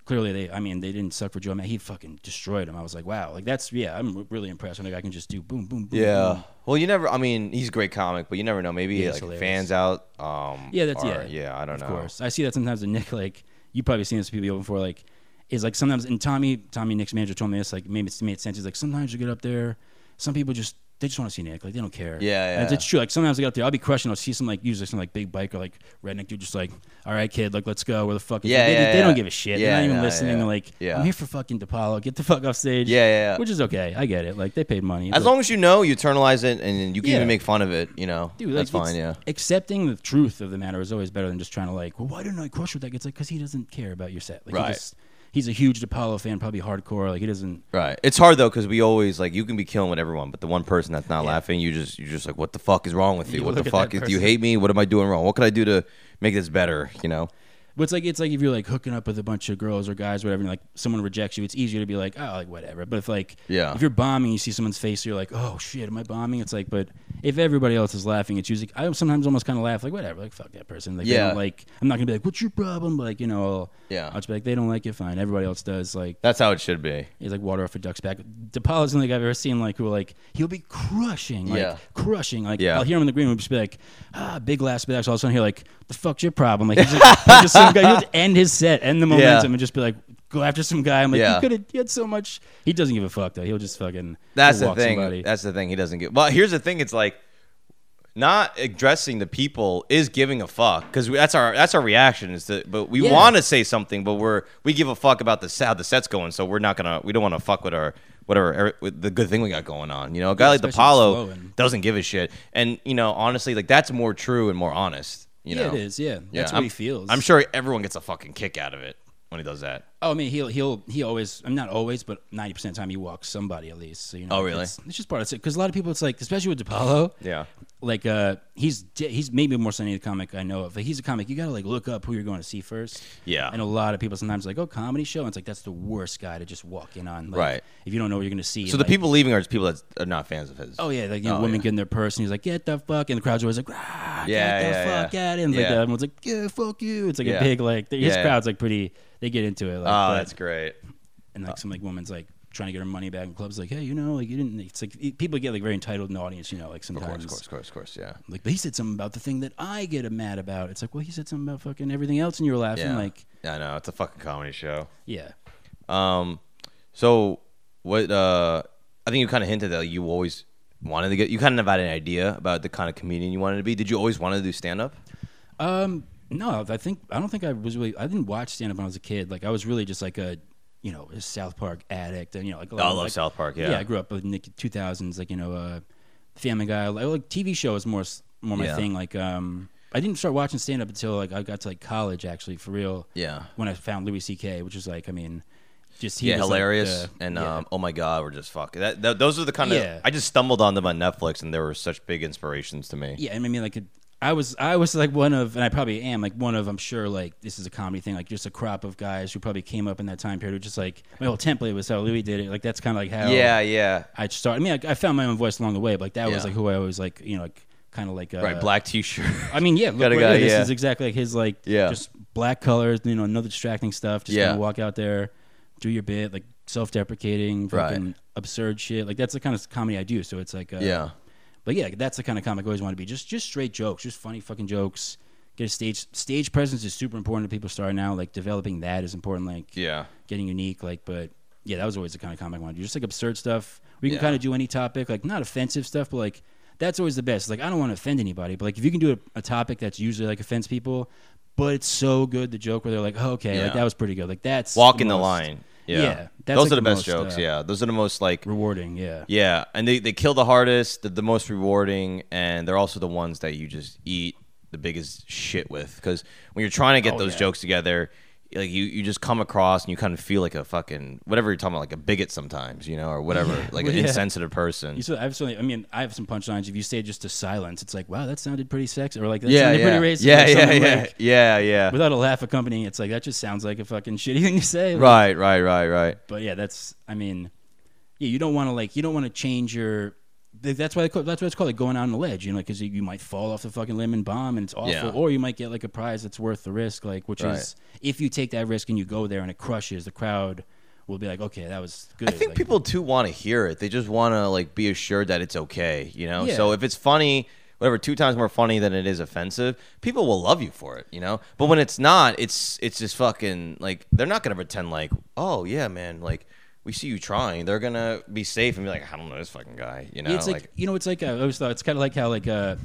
Clearly, they. I mean, they didn't suck for Joe Mackey. He fucking destroyed him. I was like, wow, like that's yeah. I'm really impressed when a guy can just do boom, boom, boom. Yeah. boom. Well, you never. I mean, he's a great comic, but you never know. Maybe Mm-hmm. Yeah, he's like hilarious. fans out. Um, Yeah, that's are- yeah. Yeah, I don't of know. Of course, I see that sometimes. in Nick, like you probably seen this to people before, like is like sometimes. And Tommy, Tommy, Nick's manager told me this. Like maybe it's made sense. He's like sometimes you get up there, some people just they just want to see Nick. Like they don't care. Yeah, And it's- yeah. it's true. Like sometimes I get up there, I'll be crushing. I'll see some like usually some like big biker, like redneck dude, just like all right, kid, like let's go. Where the fuck? Is Yeah, they, yeah, they yeah. don't give a shit. They're Yeah, not even yeah, listening. yeah. They're like, Yeah. I'm here for fucking DePaulo. Get the fuck off stage. Yeah, yeah, yeah. Which is okay. I get it. Like they paid money. As but- long as you know, you internalize it, and you can Yeah. even make fun of it. You know, Dude, that's like, fine. Yeah. it's- Accepting the truth of the matter is always better than just trying to like, well, why didn't I crush with that? It's like because he doesn't care about your set. Like, he Right. just- he's a huge DePaulo fan, probably hardcore. Like he doesn't. Right. It's hard though because we always like you can be killing with everyone, but the one person that's not Yeah. laughing, you just you're just like, what the fuck is wrong with you? You what look the at that fuck is? Do you person. hate me? What am I doing wrong? What can I do to make this better? You know. But it's like it's like if you're like hooking up with a bunch of girls or guys, whatever, and like someone rejects you, it's easier to be like, oh, like whatever. But if like, Yeah. if you're bombing, you see someone's face, you're like, oh shit, am I bombing? It's like, but if everybody else is laughing, it's usually I sometimes almost kind of laugh like whatever, like fuck that person. Like, they Yeah. don't like I'm not gonna be like, what's your problem? Like you know, I'll, Yeah. I'll just be like, they don't like it, fine. Everybody else does. Like That's how it should be. He's like water off a duck's back. DePaulo's the only guy I've ever seen like who like he'll be crushing, like Yeah. crushing. Like Yeah. I'll hear him in the green room, just be like, ah, big last back. So all of a sudden hear like, the fuck's your problem? Like he's like, he's just some guy. He'll just end his set, end the momentum, and just be like, go after some guy. I'm like, Yeah. you could have, you had so much. He doesn't give a fuck though. He'll just fucking. That's he'll the walk thing. Somebody. That's the thing. He doesn't get. Well, here's the thing. It's like not addressing the people is giving a fuck because that's our that's our reaction. Is that but we Yeah. want to say something, but we're we give a fuck about the set- how the set's going, so we're not gonna we don't want to fuck with our whatever er, with the good thing we got going on. You know, a guy like especially slow DePaulo and- doesn't give a shit, and you know, honestly, like that's more true and more honest. You yeah, know, it is. Yeah, Yeah, that's what I'm- he feels. I'm sure everyone gets a fucking kick out of it when he does that. Oh, I mean, he'll he'll he always. I'm not always, but 90 percent of the time he walks somebody at least. So you know. Oh, really? It's, it's just part of it because a lot of people, it's like, especially with DePaulo. Yeah. Like uh, he's di- he's maybe more so than any comic I know of. Like, he's a comic. You gotta like look up who you're going to see first. Yeah. And a lot of people sometimes are like, oh, comedy show. And it's like that's the worst guy to just walk in on. Like, Right. If you don't know what you're gonna see. So like- the people leaving are just people that are not fans of his. Oh yeah, like you know, Oh, women yeah. getting their purse, and he's like, "Get the fuck!" And the crowd's always like, "Rah, Yeah, get the yeah, fuck yeah. out!" And like Yeah. the everyone's like, "Yeah, fuck you!" It's like Yeah. a big like his Yeah, yeah. crowd's like pretty. They get into it. Like, Oh, but- that's oh. great. and like some like woman's like trying to get her money back and clubs like hey you know like you didn't it's like it- people get like very entitled in the audience you know like Of sometimes course, of course, of course, of course. Yeah. like but he said something about the thing that i get mad about it's like well he said something about fucking everything else and you were laughing Yeah. like I know it's a fucking comedy show. yeah Um, so what? Uh, I think you kind of hinted that you always wanted to get. You kind of had an idea about the kind of comedian you wanted to be. Did you always want to do stand up? um no i think i don't think i was really i didn't watch stand up when i was a kid like i was really just like a you know a south park addict and you know like a lot I of, love like- South Park. Yeah. yeah. I grew up with Nick 2000s, like you know, uh, Family Guy, like, like TV show is more s- more my Yeah. thing. Like, um, I didn't start watching stand up until like I got to like college, actually, for real. Yeah. When I found Louis C.K., which is like, I mean, just he Yeah, was, like, hilarious the- and yeah. um, oh my god, we're just fucking. That, that, those are the kind of. Yeah. I just stumbled on them on Netflix, and they were such big inspirations to me. Yeah, and I mean, like, I was, I was like one of, and I probably am like one of. I'm sure, like, this is a comedy thing. Like, just a crop of guys who probably came up in that time period. Who just like my whole template was how Louis did it. Like, that's kind of like how. yeah, yeah. I started. I mean, I, I found my own voice along the way, but like that Yeah. was like who I always like. You know, like kind of like uh, right, black T-shirt. I mean, yeah, look Gotta right go, here. This yeah. is exactly like his like Yeah. just black colors, you know, no distracting stuff. Just Yeah. kind of walk out there, do your bit, like self-deprecating, Right. fucking absurd shit. Like that's the kind of comedy I do. So it's like, uh, yeah, But yeah, that's the kind of comic I always want to be. Just just straight jokes, just funny fucking jokes. Get a stage stage presence is super important to people starting out. Like developing that is important. Like yeah, getting unique. Like, but yeah, that was always the kind of comic I wanted to do. Just like absurd stuff. We can Yeah. kind of do any topic, like not offensive stuff, but like that's always the best. Like, I don't want to offend anybody, but like if you can do a, a topic that's usually like offends people, but it's so good, the joke where they're like, oh, okay, like Yeah. that was pretty good. Like that's walking the, most line. Yeah, Yeah, those that's, like, are the, the best most, jokes. uh, yeah, those are the most like Rewarding, yeah. yeah, and they they kill the hardest, the, the most rewarding, and they're also the ones that you just eat the biggest shit with because when you're trying to get Oh, those yeah. jokes together. Like you, you just come across and you kind of feel like a fucking whatever you're talking about, like a bigot sometimes, you know, or whatever, like an yeah. insensitive person. You said, I have something. I mean, I have some punchlines. If you say just to silence, it's like, wow, that sounded pretty sexy, or like that yeah, sounded yeah, pretty racist. yeah, or yeah, something yeah, like- yeah, yeah. Without a laugh accompanying, it's like that just sounds like a fucking shitty thing to say. Like, Right, right, right, right. But yeah, that's I mean, yeah, you don't want to like you don't want to change your. th- That's why they call, that's why it's called like going out on a ledge, you know, because you might fall off the fucking limb and bomb, and it's awful, Yeah. or you might get like a prize that's worth the risk, like which Right. is if you take that risk and you go there and it crushes, the crowd will be like, okay, that was good. I think like, people too want to hear it. They just want to like be assured that it's okay, you know. Yeah. So if it's funny, whatever, two times more funny than it is offensive, people will love you for it, you know. But when it's not, it's it's just fucking like they're not gonna pretend like, oh yeah, man, like we see you trying. They're gonna be safe and be like, I don't know this fucking guy, you know. it's like, you know, it's like uh, I always thought it's kind of like how like a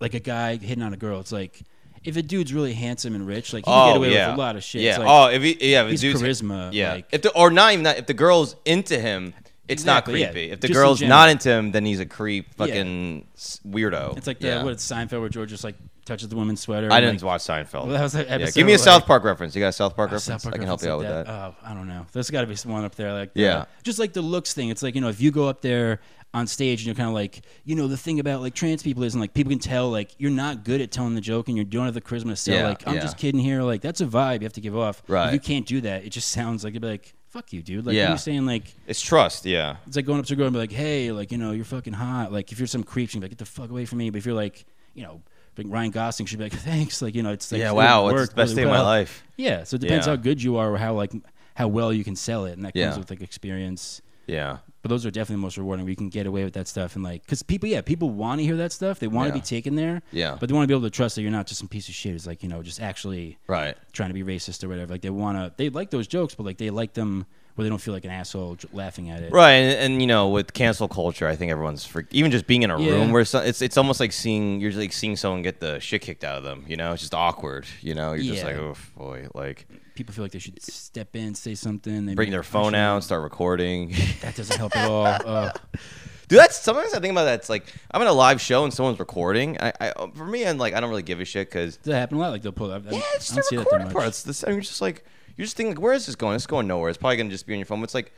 like a guy hitting on a girl. It's like if a dude's really handsome and rich, like he can get away with a lot of shit. oh, Yeah. It's like, oh, if he, yeah, if a he's dude's- charisma, Yeah. like- if the, or not even that. If the girl's into him, it's Exactly, yeah. not creepy. If the Just in girl's general. not into him, then he's a creep, fucking s weirdo. it's like the, yeah. what it's Seinfeld where George just like touches the woman's sweater. I and, didn't like, watch Seinfeld. Well, that was an Yeah, episode give me a where, South like- Park reference. You got a South Park Oh, reference? South Park I can help you out reference with like that. Oh, I don't know. There's got to be someone up there like Yeah. uh, just like the looks thing. It's like you know if you go up there on stage and you're kind of like you know the thing about like trans people is and like people can tell like you're not good at telling the joke and you don't have the charisma to sell Yeah, like I'm yeah. just kidding here like that's a vibe you have to give off. Right. If you can't do that. It just sounds like they'd be like fuck you dude. Like Yeah. you're saying like It's trust. Yeah. it's like going up to a girl and be like, hey, like, you know, you're fucking hot. Like, if you're some creep, she'd be like, get the fuck away from me. But if you're like, you know, like Ryan Gosling, she'd be like, thanks. Like, you know, it's like, Yeah. it Wow. would It's work the best really day of my well. life. Yeah. So it depends Yeah. how good you are or how, like, how well you can sell it. And that comes Yeah. with, like, experience. Yeah. But those are definitely the most rewarding where you can get away with that stuff. And, like, because people, yeah, people want to hear that stuff. They want to Yeah. be taken there. Yeah. But they want to be able to trust that you're not just some piece of shit. It's like, you know, just actually Right. trying to be racist or whatever. Like, they want to, they like those jokes, but, like, they like them where they don't feel like an asshole j- laughing at it. Right, and, and you know, with cancel culture, I think everyone's freaked. Even just being in a Yeah. room where so, it's it's almost like seeing you're like seeing someone get the shit kicked out of them. You know, it's just awkward. You know, you're just Yeah. like, oh boy, like people feel like they should step in, say something. They bring make their a phone punchline. out, start recording. That doesn't help at all. Uh, Dude, that's sometimes I think about that. It's like I'm in a live show and someone's recording. I, I for me, I'm like I don't really give a shit because that happen a lot. Like they'll pull up. I, yeah, I it's don't the see that that recording much. part. It's the, you're just like you're just thinking, like, where is this going? It's going nowhere. It's probably gonna just be on your phone. But it's like,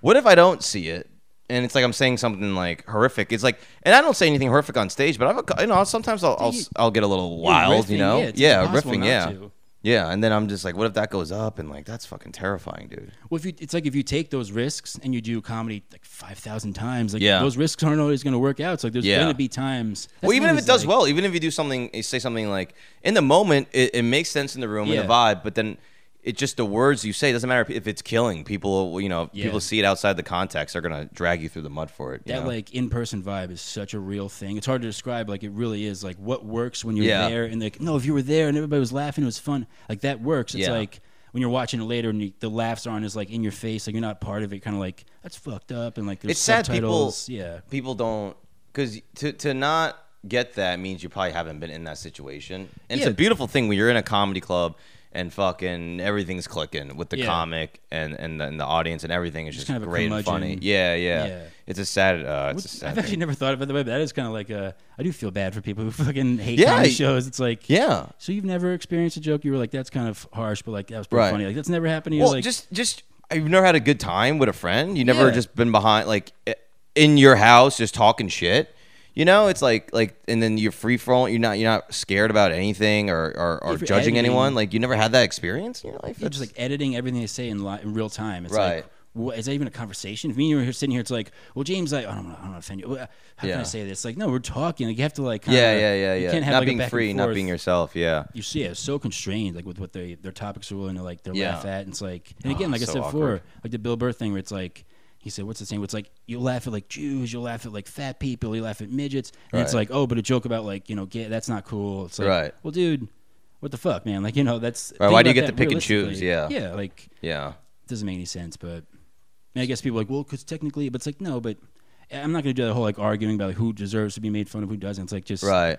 what if I don't see it? And it's like I'm saying something like horrific. It's like, and I don't say anything horrific on stage, but I've you know sometimes I'll I'll, You- I'll get a little wild, you riffing, know, yeah, it's impossible riffing, not yeah, to. yeah. And then I'm just like, what if that goes up? And like that's fucking terrifying, dude. Well, if you, it's like if you take those risks and you do comedy like five thousand times, like Yeah. those risks aren't always going to work out. It's like there's Yeah. going to be times. That's well, the even thing if is, it does like, well, even if you do something, you say something like in the moment, it, it makes sense in the room and the Yeah. vibe, but then it just the words you say it doesn't matter if it's killing people. You know, if Yeah. people see it outside the context, they're gonna drag you through the mud for it. you that know? like in-person vibe is such a real thing. It's hard to describe. Like it really is. Like what works when you're Yeah. there, and like no, if you were there and everybody was laughing, it was fun. Like that works. It's Yeah. like when you're watching it later and you, the laughs aren't as like in your face. Like you're not part of it. Kind of like that's fucked up. And like there's it's sad people. subtitles. yeah. people don't because to to not get that means you probably haven't been in that situation. And it's Yeah. a beautiful thing when you're in a comedy club. And fucking everything's clicking with the Yeah. comic and, and the, and the audience and everything is just, kind of a great and funny. curmudgeon. Yeah, yeah, Yeah. It's a sad. Uh, it's a sad I've thing. actually never thought of it that way, but that is kind of like a. I do feel bad for people who fucking hate Yeah, comedy y- shows. It's like Yeah. So you've never experienced a joke you were like, that's kind of harsh, but like that was pretty Right. funny. Like that's never happened. to you Well, like, just just you've never had a good time with a friend. You never Yeah. just been behind like i- in your house just talking shit. You know, it's like like and then you're free for all. You're not you're not scared about anything or or, or If you're judging editing- anyone. Like you never had that experience in your life. Yeah, That's- just like editing everything they say in, li- in real time. It's Right. like, what, is that even a conversation? If me and you were here sitting here, it's like, well, James, I, I don't know, I don't wanna offend you. Well, How Yeah. can I say this? Like, no, we're talking. Like, you have to like, kinda, yeah, yeah, yeah, You yeah. can't have not like, a being back and free, not forth. being yourself. Yeah, You see, it's so constrained, like with what they their topics are willing to like their Yeah. laugh at. And it's like, and Oh, again, like I so said awkward. before, like the Bill Burr thing, where it's like, he said, what's the saying? It's like you laugh at like Jews, you laugh at like fat people, you laugh at midgets, and it's Right. like, oh, but a joke about like you know, gay, that's not cool. It's like, Right. well, dude, what the fuck, man? Like you know, that's Right, think why do you about get to that pick and choose? realistically. Yeah. yeah, like yeah. doesn't make any sense, but and I guess people are like, well, because technically, but it's like, no, but I'm not going to do that whole like arguing about like, who deserves to be made fun of, who doesn't. It's like just, Right.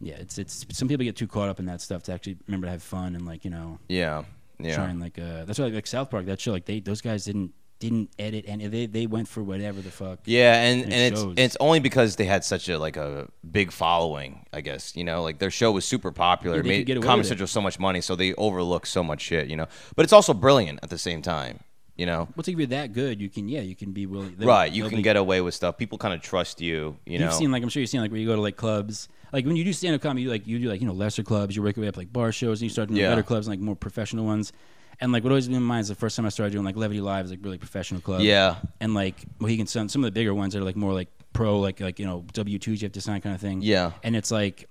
yeah, it's, it's, some people get too caught up in that stuff to actually remember to have fun and like, you know, Yeah. Yeah. try and like, uh, that's why like South Park, that show, like they, those guys didn't, didn't edit and they, they went for whatever the fuck. Yeah, and, and And it it's shows. it's only because they had such a like a big following, I guess. You know, like their show was super popular. Yeah, they could made get away Comedy with it. Central so much money, so they overlook so much shit. You know, but it's also brilliant at the same time. You know, Well, it's like if you're that good, you can, yeah, you can be willing. they'll- right? You they'll can be- get away with stuff. People kind of trust you. You know, You've seen like I'm sure you've seen like where you go to like clubs, like when you do stand up comedy, you like you do like you know lesser clubs, you work your way up like bar shows, and you start doing Yeah. better clubs and like more professional ones. And like what always blew my mind is the first time I started doing like Levity Live is like really professional club. yeah, And like Mohegan Sun, some of the bigger ones are like more like pro, like like you know W twos you have to sign kind of thing. Yeah. And it's like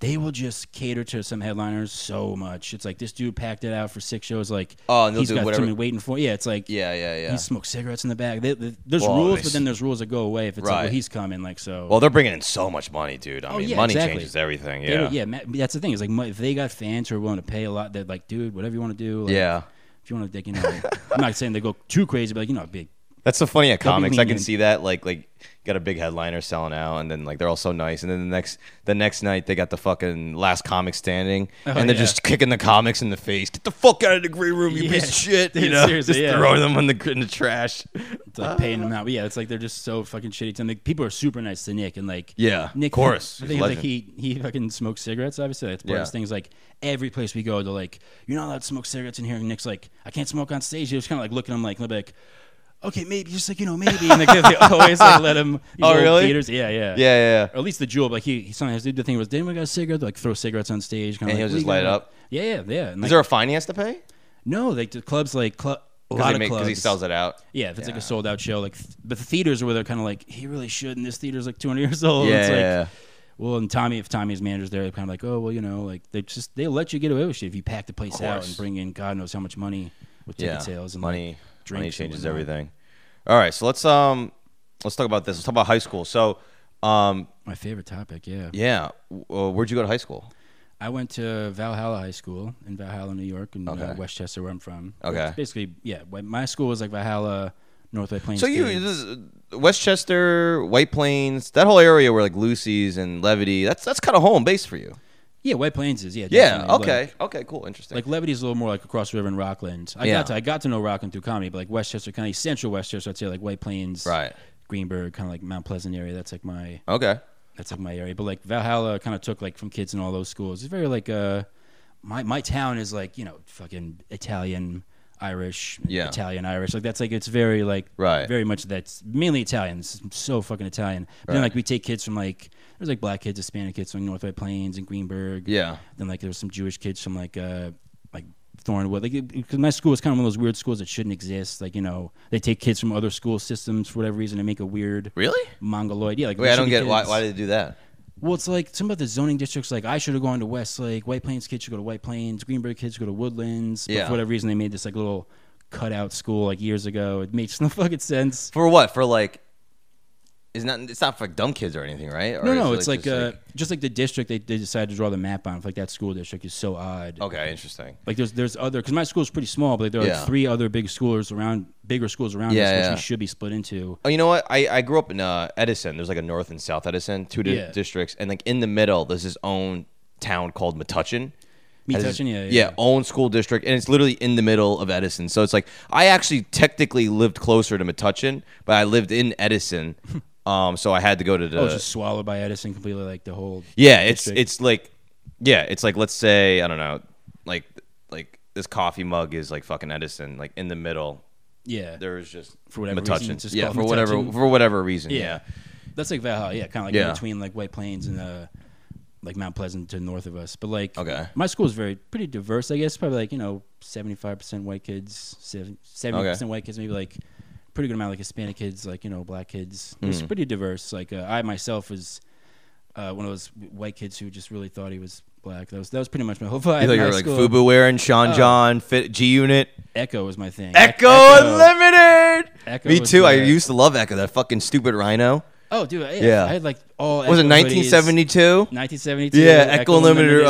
they will just cater to some headliners so much. It's like this dude packed it out for six shows. Like Oh, and they'll he's do got whatever- something waiting for. Yeah, it's like yeah, yeah, yeah. He smokes cigarettes in the back. They, they- there's Well, rules, they but s- then there's rules that go away if it's like, Right. well, he's coming. Like so. well, they're bringing in so much money, dude. I Oh, mean, yeah, money exactly. changes everything. They Yeah, don't- yeah. ma That's the thing. Is like mo- if they got fans who are willing to pay a lot, they're like, dude, whatever you want to do. Like, Yeah. If you want to, like, you know, I'm not saying they go too crazy, but like, you know, big. That's so funny at They'll be comics. I can lenient. see that like like got a big headliner selling out, and then like they're all so nice, and then the next the next night they got the fucking last comic standing, Oh, and they're yeah. just kicking the comics in the face. Get the fuck out of the green room, you Yeah. piece of shit! You Dude, know, seriously, just yeah. throwing them in the in the trash. It's like paying them out. But yeah, it's like they're just so fucking shitty. To them. Like, people are super nice to Nick and like. Yeah, Nick, of course, I he's think a it's like legend. he he fucking smokes cigarettes. Obviously, that's part Yeah. of his thing. Is like every place we go, they're like, "You're not allowed to smoke cigarettes in here." And Nick's like, "I can't smoke on stage." He was kind of like looking at him like, they'll be like, "Okay, maybe just like you know, maybe." And like, they always like let him. these Oh, old really? Theaters, yeah, yeah, Yeah, yeah, yeah. or at least the jewel. But like he, he sometimes did the thing was, didn't we got a cigarette? Like throw cigarettes on stage, kind And of he'll like, just "We light got-" up? Yeah, yeah, yeah. And, Is like, there a finance to pay? no? Like the clubs, like club, a lot Because of clubs. he sells it out. Yeah, if it's like Yeah. a sold out show, like, th- but the theaters are where they're kind of like, he really should, and this theater's like 200 years old. Yeah, it's like, yeah, yeah. Well, and Tommy, if Tommy's manager's there, they're kind of like, oh, well, you know, like they just they let you get away with shit if you pack the place out course. and bring in God knows how much money with ticket yeah. sales and money like, drinks money and changes whatnot. everything. All right, so let's um let's talk about this. Let's talk about high school. So, um My favorite topic, yeah. yeah, w- uh, where'd you go to high school? I went to Valhalla High School in Valhalla, New York, in Okay. uh, Westchester, where I'm from. Okay. It's basically, yeah, wh- my school was like Valhalla, Northway Plains. So you State. this is uh, Westchester, White Plains, that whole area where like Lucy's and Levity, that's that's kind of home base for you. yeah, White Plains is, yeah. Yeah. definitely, okay. Like, okay. Cool. Interesting. like Levity's a little more like across the river in Rockland. I Yeah. got to I got to know Rockland through comedy, but like Westchester County, Central Westchester, I'd say like White Plains, Right. Greenberg, kind of like Mount Pleasant area. That's like my okay. that's like my area. But like Valhalla kind of took like from kids in all those schools. It's very like uh my my town is like, you know, fucking Italian, Irish, Yeah. Italian, Irish. Like that's like it's very like Right. very much that's mainly Italian. It's so fucking Italian. But Right. then like we take kids from like there's like black kids, Hispanic kids from North White Plains and Greenberg. Yeah. Then like there was some Jewish kids from like uh like Thornwood, like because my school is kind of one of those weird schools that shouldn't exist. Like you know, they take kids from other school systems for whatever reason and make a weird Really? mongoloid. Yeah, like Wait, there I should don't be get why kids- why did they do that. well, it's like some of the zoning districts. Like I should have gone to Westlake. White Plains kids should go to White Plains. Greenberg kids should go to Woodlands. But Yeah. for whatever reason, they made this like little cutout school like years ago. It makes no fucking sense. For what? For like, is not it's not for dumb kids or anything, right? Or No, is no, it, it's like, just, uh, just like the district they, they decided to draw the map on. Like that school district is so odd. okay, interesting. Like there's there's other because my school's pretty small, but like, there are Yeah. like three other big schools around, bigger schools around Yeah, us, yeah. which we should be split into. Oh, you know what? I, I grew up in uh, Edison. There's like a North and South Edison, two di- Yeah. districts, and like in the middle, there's his own town called Metuchen. Has its- Metuchen, yeah, yeah. own school district, and it's literally in the middle of Edison. So it's like I actually technically lived closer to Metuchen, but I lived in Edison, um, so I had to go to the. I was Oh, just swallowed by Edison completely, like the whole. yeah, it's district. it's like, yeah, it's like let's say I don't know, like like this coffee mug is like fucking Edison, like in the middle. yeah. There is just For whatever Metuchen. reason, it's just yeah, called for whatever Metuchen. for whatever reason, Yeah. yeah. That's like Valhalla, yeah, kind of like Yeah. in between like White Plains and uh, like Mount Pleasant to north of us. But like, Okay. my school is very pretty diverse. I guess probably like you know seventy five percent white kids, seventy percent white kids, maybe like pretty good amount like Hispanic kids, like you know black kids. It's Mhm. pretty diverse. Like uh, I myself was uh, one of those white kids who just really thought he was black. That was that was pretty much my whole vibe. You thought you in high were like school. Fubu wearing Sean Oh. John, Fit, G Unit, Echo was my thing. Ec- Echo, Unlimited. Echo Me was too. I my- used to love Echo. That fucking stupid rhino. Oh, dude, I, Yeah. yeah, I had like all. Was it Echo hoodies. 1972? 1972. Yeah, Echo Unlimited. Uh,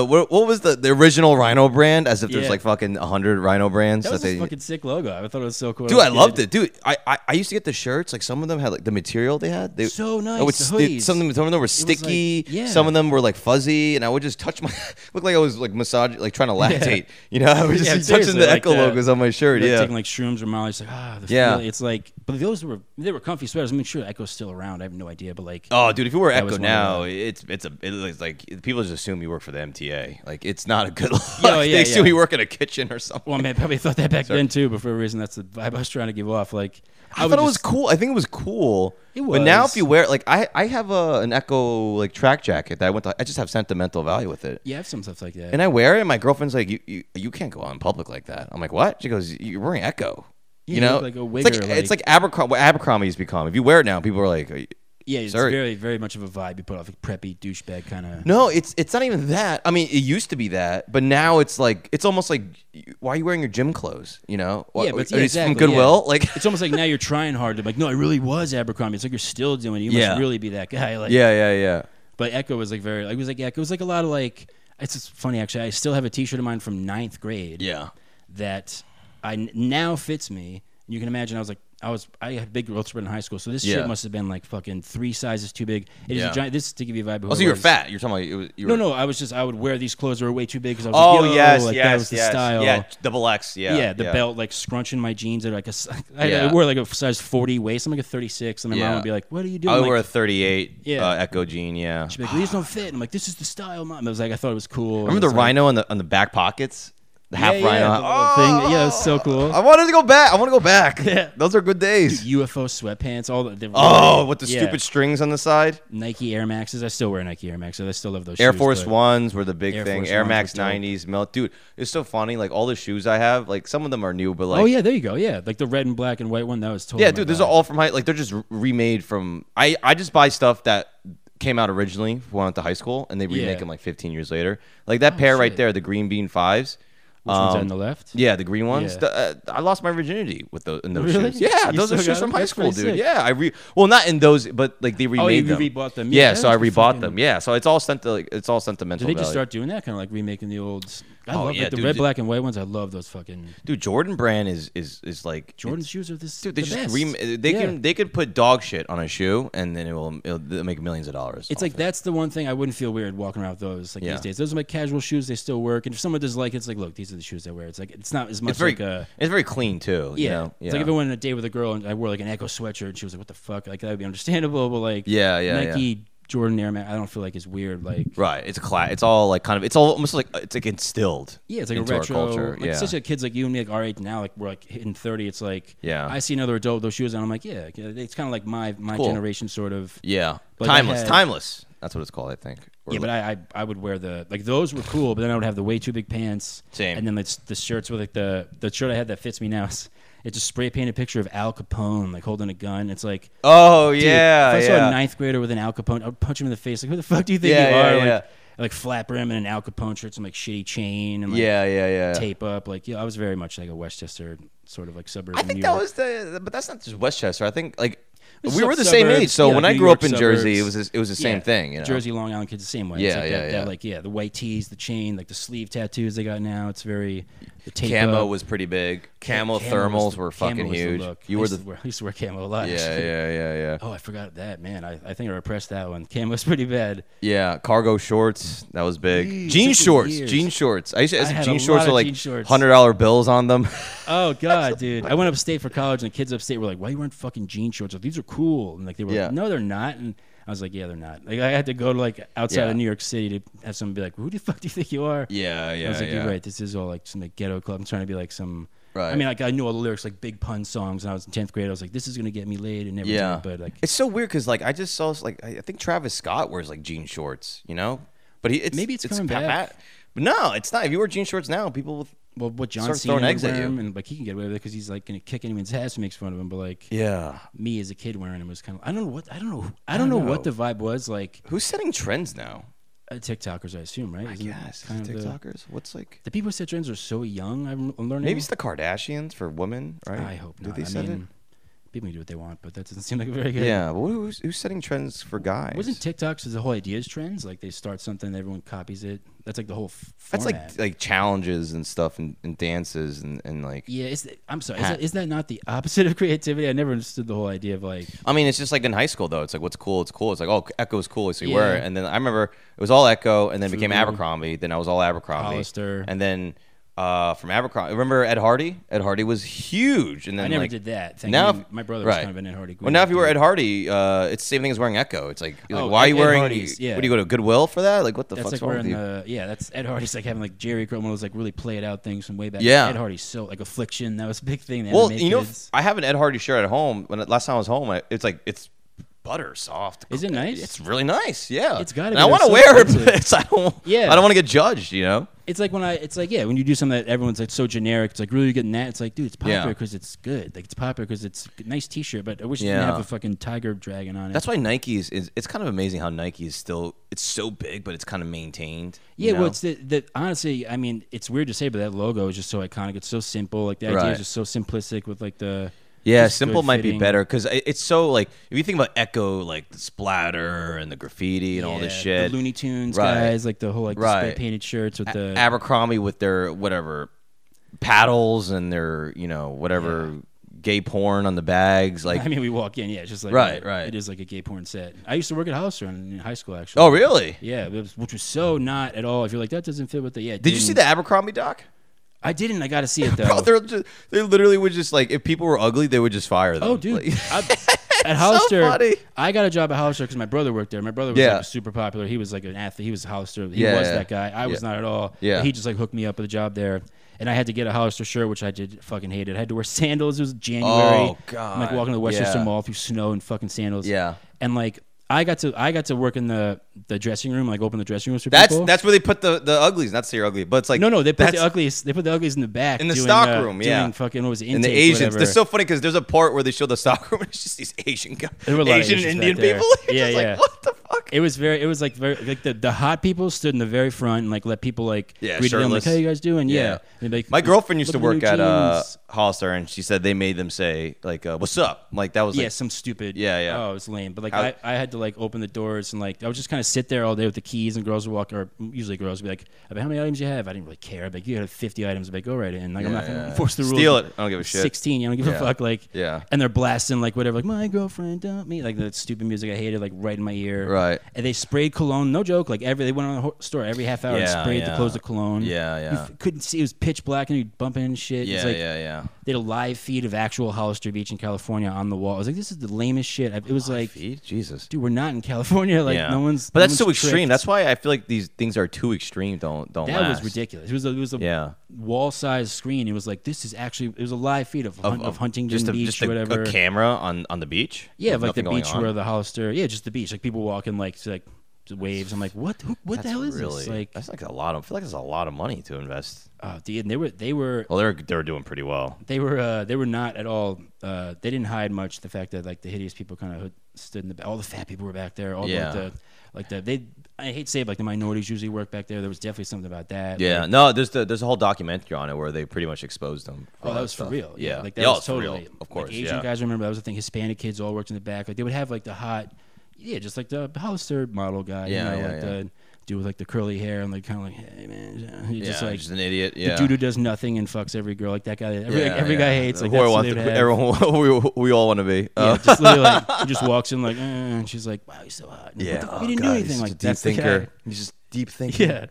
uh, what, what was the, the original Rhino brand? As if there's Yeah. like fucking 100 Rhino brands. that was that a they- fucking sick logo. I thought it was so cool. Dude, I loved it. it. Dude, I, I, I used to get the shirts. Like some of them had like the material they had. They, So I nice, would the st- they- hoodies. some, of them, some of them were like- sticky. yeah. Some of them were like fuzzy, and I would just touch my look like I was like massage, like trying to lactate. You know, I was Yeah, just touching seriously, the like Echo that. logos on my shirt. Like, Yeah, taking like shrooms or Molly. It's like ah, the Yeah. yeah. It's like, but those were they were comfy sweaters. I mean, sure, Echo's still around. I have no idea, but like, Oh, dude, if you wear That Echo was one of now, it's it's a it looks like people just assume you work for the MTA. Like it's not a good look. Yeah, yeah, they assume yeah. you work in a kitchen or something. well, man, probably thought that back then too. But for a reason, that's the vibe I was trying to give off. Like, I, thought would it was just- cool. I think it was cool. It But now if was. you wear it, like I I have a an Echo like track jacket that I went to. I just have sentimental value with it. Yeah, I have some stuff like that. And I wear it, and my girlfriend's like, you, you, you can't go out in public like that. I'm like, what? She goes, you're wearing Echo. Yeah, you you know, look like a it's, like, wigger, it's like- like Abercrombie. What Abercrombie has become. If you wear it now, people are like, "Are you- yeah, it's Sorry. very very much of a vibe you put off, like preppy douchebag kind of. No, it's it's not even that. I mean, it used to be that, but now it's like it's almost like why are you wearing your gym clothes? You know, Why- Yeah, but are yeah, these exactly, from Goodwill. yeah. Like, It's almost like now you're trying hard to like, no, I really was Abercrombie. It's like you're still doing. it. You Yeah. must really be that guy. Like, yeah, yeah, yeah. But Echo was like very like it was like Echo it was like a lot of like it's just funny actually. I still have a T-shirt of mine from ninth grade. Yeah. That I n- now fits me. You can imagine I was like I was I had big growth spurt in high school, so this Yeah. shit must have been like fucking three sizes too big. It is Yeah. a giant. This is to give you a vibe. of who Oh, so I you were was. fat. You're talking about it was, you were. No, no. I was just I would wear these clothes that were way too big because I was Oh like, Yo, yes, like, yes, that was the yes. style. Yeah, double X. Yeah, Yeah, the belt like scrunching my jeans at like a s I I Yeah. wore like a size forty waist. I'm like a thirty six, and my Yeah. mom would be like, "What are you doing?" I would Like, wear a 38 Yeah. uh, Echo jean. Yeah. She'd be like, "Well, these don't fit. And I'm like, this is the style, mom. I was like, I thought it was cool. And Remember it's the like- rhino on the on the back pockets, the half Yeah, rhino. yeah, Oh. the little thing. Yeah, it was so cool. I wanted to go back. I want to go back. Yeah. Those are good days. UFO sweatpants, all the, the Oh, with the yeah. stupid strings on the side. Nike Air Maxes. I still wear Nike Air Maxes. I still love those. Air shoes, Force but- Ones were the big Air thing. Force Air Ones Max were dope. 90s melt. Dude, it's so funny. Like all the shoes I have, like some of them are new, but like oh yeah, there you go. Yeah, like the red and black and white one. That was totally. yeah, my dude, these vibe. are all from high. Like they're just r- remade from. I I just buy stuff that came out originally when I went to high school, and they remake Yeah. them like 15 years later. Like that Oh, pair right shit. there, the green bean fives. Which one's um, that on the left? Yeah, the green ones. Yeah. The, uh, I lost my virginity with those in those Really? shoes. Yeah, You those are still shoes got from them? high That's school, pretty dude. sick. Oh, Yeah, I re well not in those, but like they remade you them. rebought them. Yeah, Yeah, so that I was rebought the them. fucking- Yeah, so it's all sent to, like, it's all sentimental. Did they just value. start doing that? Kind of like remaking the old. I Oh, love yeah, like the dude, red, the- black, and white ones. I love those fucking Dude, Jordan Brand is is is like Jordan shoes are this. Dude, they the just best. rem- they Yeah. can they could put dog shit on a shoe and then it will it'll, they'll make millions of dollars. It's off like it. that's the one thing I wouldn't feel weird walking around with those like Yeah. these days. Those are my casual shoes; they still work. And if someone doesn't like it, it's like, look, these are the shoes I wear. It's like it's not as much it's very like a it's very clean too. you yeah. know? It's like if I went on a date with a girl and I wore like an Echo sweatshirt, and she was like, "What the fuck?" Like that would be understandable, but like Yeah, yeah, Mm-hmm. Nike Jordan Air Max, I don't feel like it's weird. Like right. It's a cla- It's all like kind of it's all almost like it's like instilled. yeah, it's like into a retro. Our culture. Like yeah. such a kids like you and me, like our age now, like we're like hitting thirty. It's like Yeah. I see another adult with those shoes, and I'm like, yeah, it's kind of like my my Cool. generation sort of. yeah. Like I timeless. had- timeless. That's what it's called, I think. Or Yeah, but like- I, I I would wear the like those were cool, but then I would have the way too big pants. Same. And then the, the shirts with like the the shirt I had that fits me now. Is, it's a spray painted picture of Al Capone like holding a gun. It's like oh dude, yeah, If I yeah. saw a ninth grader with an Al Capone, I would punch him in the face. Like who the fuck do you think Yeah, you yeah, are? yeah. Like, like flat brim and an Al Capone shirt, some like shitty chain and like yeah, yeah, yeah. tape up. Like yeah, I was very much like a Westchester sort of like suburb. I of think New that York. was the, but that's not just Westchester. I think like It's we like were the same suburbs, age, so yeah, when like I New grew York up in Jersey, it was suburbs. it was the same Yeah. thing. You know? Jersey, Long Island kids, the same way. Yeah, it's like yeah, that, yeah. That, like yeah, the white tees, the chain, like the sleeve tattoos they got now. It's very the tape camo up. was pretty big. Yeah, Camo, was thermals the- were camo fucking was the huge. look. You I were used the to wear, I used to wear camo a lot. yeah, actually. yeah, yeah, yeah. Oh, I forgot that man. I, I think I repressed that one. Camo's pretty bad. Yeah, cargo shorts. That was big. jean Jeez, took me shorts. years. Jean shorts. I used to I had jean a shorts lot with of like jean shorts. hundred dollar bills on them. Oh god, dude. I went upstate for college, and the kids upstate were like, "Why you wearing fucking jean shorts? Like, These are cool." And like they were, Yeah. like, "No, they're not." And I was like, "Yeah, they're not." Like I had to go to like outside Yeah. of New York City to have someone be like, "Who the fuck do you think you are?" yeah, yeah, I was like, yeah. you're right. This is all like some like ghetto club. I'm trying to be like some. Right. I mean, like I knew all the lyrics, like big pun songs, and I was in tenth grade. I was like, this is gonna get me laid and everything. Yeah. But like, It's so weird because like I just saw like I I think Travis Scott wears like jean shorts. You know, But he, it's, Maybe it's coming back. pat- But no, it's not. If you wear jean shorts now, people will. Well, what John Starts Cena throwing would eggs at wear you. 'em, and like he can get away with it because he's like gonna kick anyone's ass and makes fun of him. But like Yeah. me as a kid wearing them was kind of I don't know what I don't know I don't know, what the vibe was like. Who's setting trends now? Uh, TikTokers, I assume, right? I Isn't it guess kind of the- TikTokers. What's like? The people who set trends are so young. I'm I'm learning. Maybe it's the Kardashians for women, right? I hope not. Did they I set mean, people can do what they want, but that doesn't seem like a very it? good. Yeah. Well, who's, who's setting trends for guys? Wasn't TikToks the whole idea is trends? Like they start something, everyone copies it. That's like the whole. F- that's format. like like challenges and stuff and, and dances and, and like. Yeah, is that, I'm sorry. Is Ha- that, is that not the opposite of creativity? I never understood the whole idea of like. I mean, it's just like in high school though. It's like what's cool. It's cool. It's like oh, Echo's cool. So you wear it. Yeah. And then I remember it was all Echo, and then it became Fubu. Abercrombie. Then I was all Abercrombie. Hollister. And then uh, from Abercrombie, remember Ed Hardy? Ed Hardy was huge. And then I never like, did that. Thank Now, now, if- my brother was right. kind of an Ed Hardy. Well, now if you wear dude. Ed Hardy, uh, it's the same thing as wearing Echo. It's like, you're Oh, like why are you Ed wearing? Hardy's, yeah. What do you go to Goodwill for that? Like what the that's fuck's like wrong with wearing you? the yeah. That's Ed Hardy's like having like Jerry Curl, one of those like really played out things from way back. Yeah. Ed Hardy's so like Affliction. That was a big thing. The Well, anime you know, kids. I have an Ed Hardy shirt at home. When last time I was home, I, it's like it's butter soft. Is it nice? It's really nice. Yeah, It's gotta And be, I they're want to so wear it, but expensive. it's, I don't. Yeah, Yeah. I don't want to get judged. You know. it's like when I, it's like yeah, when you do something that everyone's like so generic, it's like really you're getting that. It's like dude, it's Yeah. popular because it's good. Like it's popular because it's a nice T-shirt, but I wish it Yeah. didn't have a fucking tiger dragon on it. That's why Nike's is. It's kind of amazing how Nike is still. It's so big, but it's kind of maintained. you Yeah, know? well, it's the, the honestly, I mean, it's weird to say, but that logo is just so iconic. It's so simple. Like the idea Right. is just so simplistic with like the yeah, just simple good might be fitting. better because it's so like if you think about Echo, like the splatter and the graffiti and all this Yeah, shit. The Looney Tunes Right. guys, like the whole like the spray Right. painted shirts with the Abercrombie with their whatever paddles and their you know whatever gay porn on the bags. Like, I mean, we walk in, yeah, it's just like Right, right. It is like a gay porn set. I used to work at Hollister in, in high school, actually. oh really? yeah, it was- which was so not at all. If you're like that doesn't fit with the yeah. Did you see the Abercrombie doc? I didn't. I got to see it though. Bro, they're just, they literally would just like if people were ugly, they would just fire them. Oh, dude. Like- I, at Hollister, funny. I got a job at Hollister because my brother worked there. My brother was Yeah. like super popular. He was like an athlete. He was Hollister. He Yeah, was yeah. that guy. I was Yeah. not at all. Yeah. But He just like hooked me up with a job there. And I had to get a Hollister shirt, which I did fucking hate it. I had to wear sandals. It was January. Oh, God. I'm like walking to the Westchester Yeah. Mall through snow and fucking sandals. Yeah. And like I got to I got to work in the the dressing room, like open the dressing rooms for that's people. that's where they put the the uglies. Not to say you're ugly, but it's like no, no, they put that's- the ugliest. They put the ugliest in the back In the doing, stock uh, room, yeah. doing fucking what was it, and the intake, Asians. whatever. They're so funny because there's a part where they show the stockroom and it's just these Asian guys, There were a lot of Asian and Asians back Indian there. people. You're Yeah, just yeah. Like, what the fuck? It was very. It was like very like the, the hot people stood in the very front and like let people like Yeah, greeted them like shirtless. how you guys doing yeah. And they'd be like, My girlfriend used to "Look the work new at uh, jeans." Hollister, and she said they made them say like uh, "What's up?" Like that was yeah like, some stupid Yeah, yeah. oh it's lame but like How- I, I had to like open the doors and like I would just kind of sit there all day with the keys and girls would walk or usually girls would be like "I'd be like, how many items you have I didn't really care I'd be like you had 50 items I'd be like go right in like I'm Yeah, not gonna yeah. force the rules Steal it. I don't give a shit. 16 you don't give Yeah. a fuck like Yeah. and they're blasting like whatever like my girlfriend dumped me like that stupid music I hated like right in my ear Right. and they sprayed cologne no joke like every they went on the whole store every half hour Yeah, and sprayed yeah. the clothes of cologne Yeah, You yeah. f- couldn't see it was pitch black and you'd bump into shit yeah, it's like yeah, yeah. they had a live feed of actual Hollister Beach in California on the wall. I was like, this is the lamest shit. I- It was like, Feet? Jesus. dude, we're not in California. Like, yeah. no one's. But no that's one's so extreme. tricked. That's why I feel like these things are too extreme. Don't don't. that last. was ridiculous. It was a, it was a Yeah. wall sized screen. It was like this is actually it was a live feed of of, of Huntington just a, Beach just or a- whatever. A camera on on the beach. yeah, with like the nothing going beach on? where the Hollister. Yeah, just the beach. Like people walking like to, like to waves. I'm like, what? Who, what That's the hell is really, this? Like, that's like a lot. Of, I feel like it's a lot of money to invest. oh, dude, and they were they were Well, they're they're doing pretty well. they were uh, they were not at all. Uh, they didn't hide much. The fact that like the hideous people kind of stood in the ba- all the fat people were back there. All the- Yeah. like the like the they. I hate to say it, but, like the minorities usually work back there. There was definitely something about that. Yeah. Like, No, there's the, there's a whole documentary on it where they pretty much exposed them. for all Oh, that was for stuff. real. Yeah. Like that Yeah, was it's for real, totally. Of course. Like, Asian yeah. guys remember that was the thing. Hispanic kids all worked in the back. Like they would have like the hot, yeah, just like the Hollister model guy. Yeah, You know, yeah, like yeah. The dude with like the curly hair and like kind of like, hey man, you Yeah, just like just an idiot. Yeah. the dude who does nothing and fucks every girl. Like that guy. Every, Yeah, every yeah. guy hates. Like Who I that's who want they to- would have. everyone, we, we all want to be. Yeah, Uh, just literally like he just walks in like, "Uh," and she's like, "Wow, he's so hot." And I'm like, "What the fuck? Oh, you didn't God, do he's anything. such a Like deep that's the thinker. guy. He's just deep thinking. Yeah,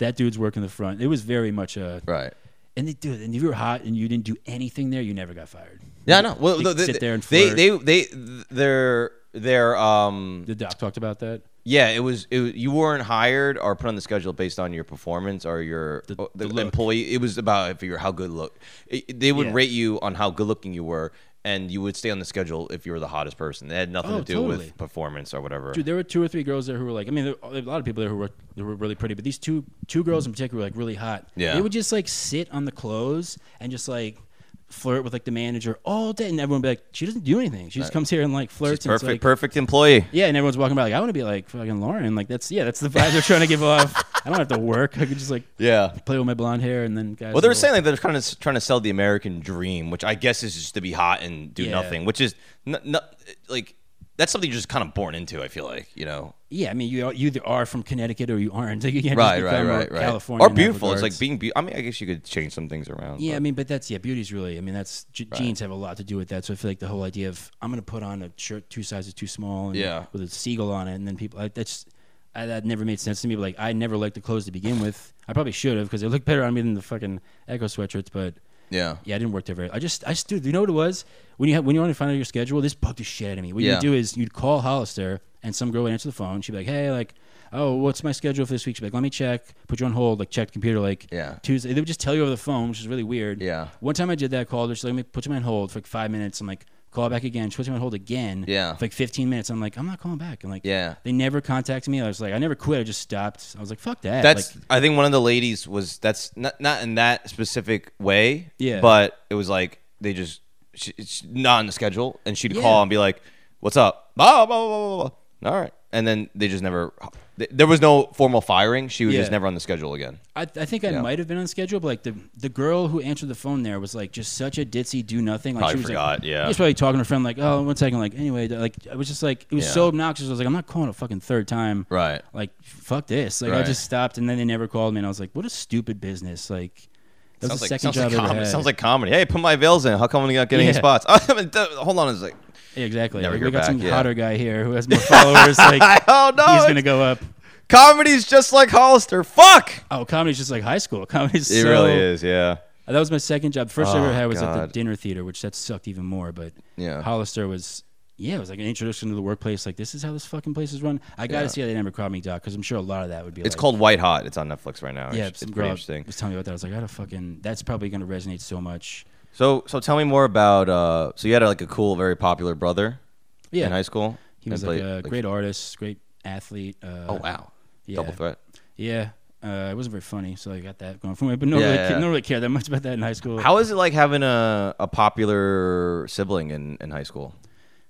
that dude's working the front. It was very much a Right. And they, dude, and if you were hot and you didn't do anything there, you never got fired. Yeah, I know. Well, They no, they, sit there and they, flirt. they, they, they're, they're, um, The doc talked about that. yeah. It was, it, was- you weren't hired or put on the schedule based on your performance or your The- or the the look. employee. It was about if you're how good look. It, they would Yeah. rate you on how good looking you were, and you would stay on the schedule if you were the hottest person. It had nothing Oh, to do totally. with performance or whatever. Dude, there were two or three girls there who were like, I mean, there, there were a lot of people there who were, who were really pretty, but these two two girls in particular were like really hot. Yeah. They would just like sit on the clothes and just like flirt with like the manager all day, and everyone would be like, she doesn't do anything. She just comes here and like She's flirts. and it's, perfect, like- perfect employee. Yeah, and everyone's walking by like, I want to be like fucking Lauren. Like that's yeah, that's the vibe they're trying to give off. I don't have to work. I could just like Yeah. play with my blonde hair and then guys. Well, they were will- saying like they're kind of trying to sell the American dream, which I guess is just to be hot and do Yeah. nothing, which is n- n- like that's something you're just kind of born into. I feel like you know, yeah, I mean, you are- you either are from Connecticut or you aren't. Like, you can't right, just right, become a right, right. California or in that beautiful. It's like regards. being. Be- I mean, I guess you could change some things around. Yeah, I but- mean, but that's yeah, beauty's really. I mean, that's g- genes have a lot to do with that. So I feel like the whole idea of I'm gonna put on a shirt two sizes too small, and Yeah. with a seagull on it, and then people like that's I, that never made sense to me. But like, I never liked the clothes to begin with. I probably should have because they looked better on me than the fucking Echo sweatshirts. But yeah, yeah, I didn't work there very. I just I just do. You know what it was when you had, when you wanted to find out your schedule? This bugged the shit out of me. What Yeah. you do is you'd call Hollister and some girl would answer the phone. She'd be like, "Hey, like, oh, what's my schedule for this week?" She'd be like, "Let me check." Put you on hold. Like, check the computer. Like, Yeah. Tuesday. They would just tell you over the phone, which is really weird. Yeah. One time I did that. I called her. She's like, "Let me put you on hold for like five minutes." I'm like, "Call back again." She puts me on hold again. Yeah. For like 15 minutes. I'm like, "I'm not calling back." I'm like, Yeah. They never contacted me. I was like, I never quit. I just stopped. I was like, "Fuck that." That's. like, I think one of the ladies was. That's not not in that specific way. Yeah. But it was like they just she, it's not on the schedule, and she'd Yeah. call and be like, "What's up?" Blah blah blah blah blah. All right, and then they just never. th- There was no formal firing. She was just Yeah. never on the schedule again. I, I think I Yeah. might have been on schedule, but like the the girl who answered the phone there was like just such a ditzy do nothing. Like Probably she was forgot, Like, yeah. she was probably talking to a friend like, oh, one second, like anyway, like I was just like it was Yeah. so obnoxious. I was like, I'm not calling a fucking third time. Right. Like fuck this. Like I Right. just stopped, and then they never called me, and I was like, what a stupid business. Like that was the second sounds job I like ever comedy. had. Sounds like comedy. Hey, put my veils in. How come we're not getting any Yeah. spots? Hold on a second. Yeah, exactly. Never Like, hear we got some back, yeah. hotter guy here who has more followers. like Oh no! he's it's- gonna go up. Comedy's just like Hollister. Fuck. Oh, comedy's just like high school. Comedy's It so really is. Yeah. Uh, That was my second job. The First job Oh, I ever had was at God. the dinner theater, which that sucked even more. But Yeah. Hollister was, yeah, it was like an introduction to the workplace. Like this is how this fucking place is run. I gotta Yeah. see how they never caught me, doc, because I'm sure a lot of that would be. It's like, called White Hot. It's on Netflix right now. Yeah, it's, some it's girl pretty interesting. was telling me about that. I was like, I gotta fucking. That's probably gonna resonate so much. So, so tell me more about. Uh, so you had like a cool, very popular brother. Yeah. In high school. He And was like played- a great artist, great athlete. Uh, Oh wow. yeah. Double threat. Yeah. Uh, it wasn't very funny, so I got that going for me. But no, Yeah, really, yeah, ca- yeah. no really care that much about that in high school. How is it like having a, a popular sibling in, in high school?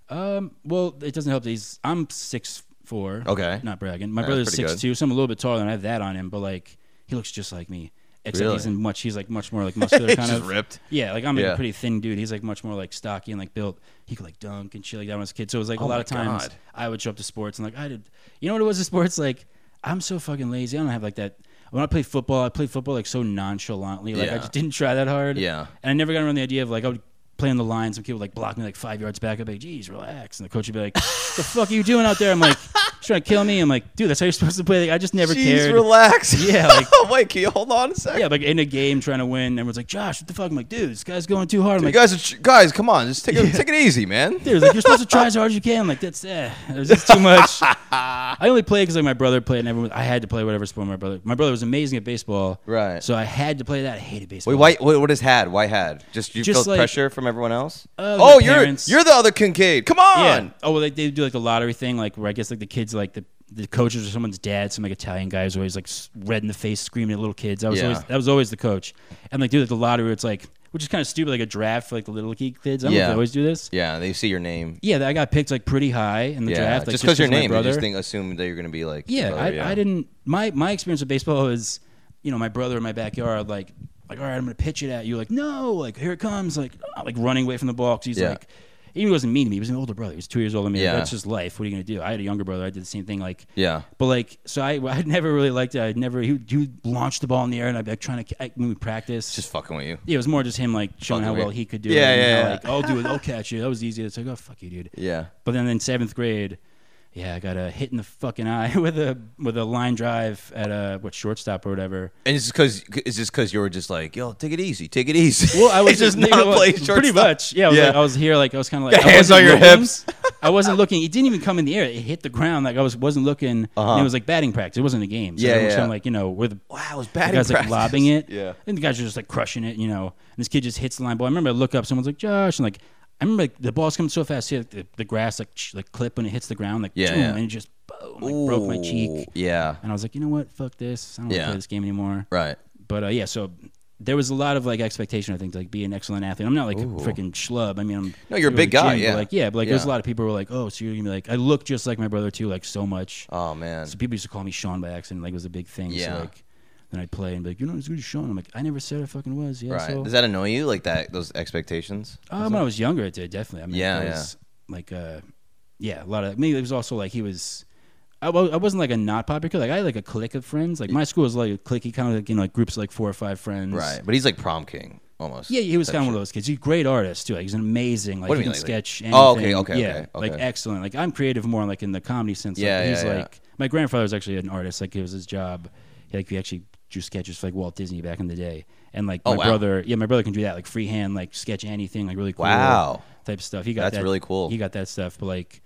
Um, well, it doesn't help that he's I'm six four. Okay. Not bragging. My That's brother's pretty six good. two, so I'm a little bit taller than I have that on him, but like he looks just like me. Except Really? he's in much he's like much more like muscular kind just of ripped. Yeah, like I'm like, Yeah. a pretty thin dude. He's like much more like stocky and like built. He could like dunk and shit like that when I was a kid. So it was like Oh a lot my of times God. I would show up to sports and like I did you know what it was in sports? Like I'm so fucking lazy. I don't have like that when I play football, I play football like so nonchalantly. Like Yeah. I just didn't try that hard. Yeah. And I never got around the idea of like I would play on the line, some kid would like block me like five yards back. I'd be like, geez, relax. And the coach would be like, the fuck are you doing out there? I'm like, "He's trying to kill me. I'm like, dude, that's how you're supposed to play. Like, I just never Jeez, cared. relax. Yeah, like- Wait, can you hold on a second? yeah, like in a game trying to win, everyone's like, Josh, what the fuck? I'm like, dude, this guy's going too hard. I'm You like, guys, are, ch- guys, come on, just take it, take it easy, man. dude, like you're supposed to try as hard as you can. Like that's eh, it was just too much. I only played because like my brother played, and everyone I had to play whatever sport my brother. My brother was amazing at baseball, Right. So I had to play that. I hated baseball. Wait, why? What, what is had? Why had? Just you Just felt like- pressure from everyone else? Uh, oh, my you're parents. you're the other Kincaid. Come on. Yeah. Oh well, they, they do like the lottery thing, like where I guess like the kids, like the the coaches or someone's dad, some like Italian guy is always like s- red in the face, screaming at little kids. I was Yeah. always that was always the coach, and like do like the lottery, it's like which is kind of stupid, like a draft for like the little kid kids. I don't know if Yeah. they always do this. Yeah, they see your name. Yeah, I got picked like pretty high in the yeah, draft, like, just because your of my name, they just brother. think assume that you're gonna be like. oh, your Yeah, brother, I, I didn't. My my experience with baseball is, you know, my brother in my backyard, like, like, all right, I'm gonna pitch it at you, like, no, like, here it comes, like, ah, like running away from the ball 'cause he's Yeah. like, even he wasn't mean to me. He was an older brother. He was two years older than me. Like, Yeah. that's just life. What are you gonna do? I had a younger brother. I did the same thing. Like, Yeah. But like, so I I never really liked it. I'd never he would, he would launch the ball in the air, and I'd be like trying to I, when we practice. Just fucking with you. yeah, it was more just him like showing Fucking how with well you. he could do Yeah, it. and yeah, how, yeah. Like, I'll do it. I'll catch you. That was easy. It's like, oh fuck you, dude. Yeah. But then in seventh grade, yeah, I got a hit in the fucking eye with a with a line drive at a what shortstop or whatever. And it's because it's just because you were just like, yo, take it easy, take it easy. Well, I was It's just you not know what? playing pretty shortstop. much. Yeah, I was, Yeah. Like, I was here, like I was kind of like I Hands wasn't on your looking. hips. I wasn't looking. It didn't even come in the air. It hit the ground. Like I was wasn't looking. And Uh-huh. it was like batting practice. It wasn't a game. So Yeah, it was yeah. kind of like you know where the Wow, it was the batting guys practice. like lobbing it. Yeah. And the guys are just like crushing it, you know. And this kid just hits the line ball. I remember I look up, someone's like, Josh, and like I remember like, the ball's coming so fast. See, like, the, the grass like ch- like clip when it hits the ground, like Yeah, boom, yeah. and it just boom, like, broke my cheek. Ooh, Yeah. And I was like, you know what? Fuck this. I don't want to Yeah. play this game anymore. Right. But uh, yeah, so there was a lot of like expectation. I think to, like be an excellent athlete. I'm not like a freaking schlub. I mean, I'm No, you're a go to big the guy, gym, yeah. But, like yeah, but like there's Yeah. a lot of people who are like, oh, so you're gonna be like, I look just like my brother too, like so much. Oh man. So people used to call me Sean by accident. Like it was a big thing. Yeah. So like then I'd play and be like, you're not as good as Sean. I'm like, I never said I fucking was. Yeah. Right. So Does that annoy you? Like that? Those expectations? uh, when I was younger, it did definitely. I mean, Yeah, it yeah. was like uh, yeah, a lot of maybe it was also like he was. I, wa- I wasn't like a not popular kid. Like I had like a clique of friends. Like my school was like a cliquey kind of like you know like groups of like four or five friends. Right. But he's like prom king almost. Yeah, he was Type kind of one of those kids. He's a great artist too. Like he's an amazing. Like What do he you can mean, like- sketch. Anything. Oh, okay, okay, yeah, okay, Like okay. excellent. Like I'm creative more like in the comedy sense. Yeah, like, yeah, He's yeah. like my grandfather was actually an artist. Like it was his job. He, like he actually drew sketches for like Walt Disney back in the day. And like Oh, my wow. brother, yeah, my brother can do that. Like freehand, like sketch anything. Like really cool. Wow. Type stuff. He got That's that- really cool. He got that stuff. But like.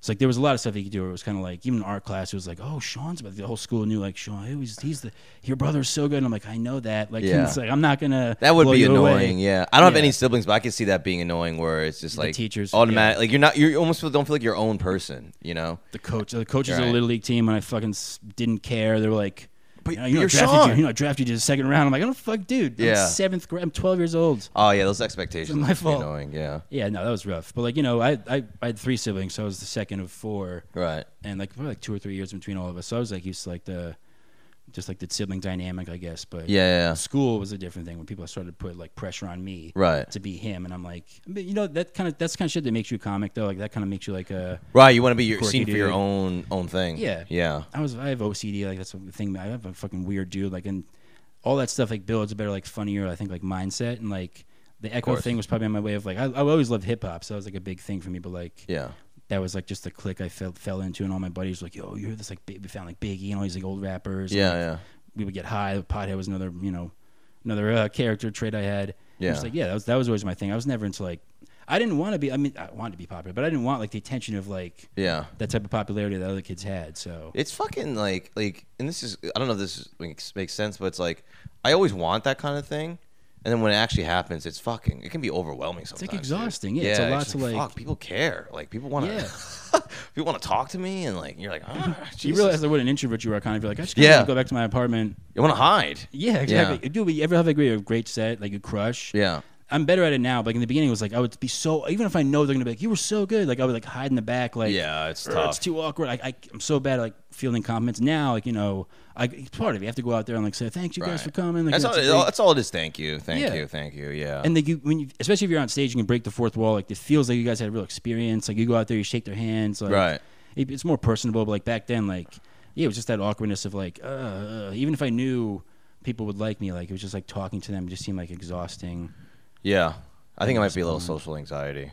It's like there was a lot of stuff he could do. Where it was kind of like even in art class, it was like, "Oh, Sean's," but the whole school knew like Sean. He was, he's the your brother's so good. And I'm like, I know that. Like, Yeah. it's like I'm not gonna That would blow be you away. annoying. Yeah, I don't have Yeah. any siblings, but I could see that being annoying. Where it's just The like teachers, automatic. yeah. Like you're not. You almost feel, don't feel like your own person. You know. The coach, the coaches of Right. the little league team, and I fucking s- didn't care. They were like, But you know, you know, I you're drafted Sean. you. You know, I drafted you to the second round. I'm like, I don't fuck, dude. I'm Yeah. seventh grade. I'm 12 years old. Oh yeah, those expectations. It's my would be fault. Annoying. Yeah. Yeah, no, that was rough. But like, you know, I I, I had three siblings, so I was the second of four, Right. and like probably like two or three years between all of us. So I was like used to like the, just like the sibling dynamic, I guess. But Yeah. yeah, yeah. school was a different thing when people started to put like pressure on me Right. to be him, and I'm like, but, you know, that kind of that's kind of shit that makes you a comic though. Like that kind of makes you like a Right. You want to be your, Quirky seen for your dude. own own thing. Yeah. Yeah. I was I have OCD like that's the thing I have a fucking weird dude like and all that stuff like builds a better like funnier I think like mindset and like the echo course. thing was probably on my way of like I, I always loved hip hop so that was like a big thing for me but like Yeah. that was like just the click I fell fell into and all my buddies were like yo you heard this like big, we found like Biggie and all these like old rappers and, Yeah. like, Yeah. we would get high Pothead was another you know another uh, character trait I had Yeah. I was like yeah that was that was always my thing I was never into like I didn't want to be I mean I wanted to be popular but I didn't want like the attention of like Yeah. that type of popularity that other kids had so It's fucking like like, and this is I don't know if this makes, makes sense, but it's like I always want that kind of thing, and then when it actually happens, it's fucking it can be overwhelming sometimes. like, dude. exhausting, yeah, it's a lot to, like- fuck, people care, like people want to, people want to talk to me, and like you're like, oh, You realize that what an introvert you are, kind of. You're like, I just Yeah. yeah. go back to my apartment. you want to hide, Yeah, exactly. Dude, you ever have like a great set, like a crush? yeah, I'm better at it now. But like in the beginning, it was like I would be so. Even if I know they're gonna be like, you were so good. Like I would like hide in the back, like yeah, it's "Ugh, tough. It's too awkward. I, I, I'm so bad at like fielding compliments now. Like you know, I it's part of it. You have to go out there and like say thanks you guys for Right. coming. Like, that's, all, you know, it's a big- that's all it is. Thank you, thank Yeah. you, thank you. Yeah, And like you, when you, especially if you're on stage, you can break the fourth wall. Like it feels like you guys had a real experience. Like you go out there, you shake their hands. Like, Right. it- it's more personable. But like back then, like yeah, it was just that awkwardness of like, uh, uh, even if I knew people would like me, like it was just like talking to them just seemed like exhausting. yeah, I think it might be a little social anxiety.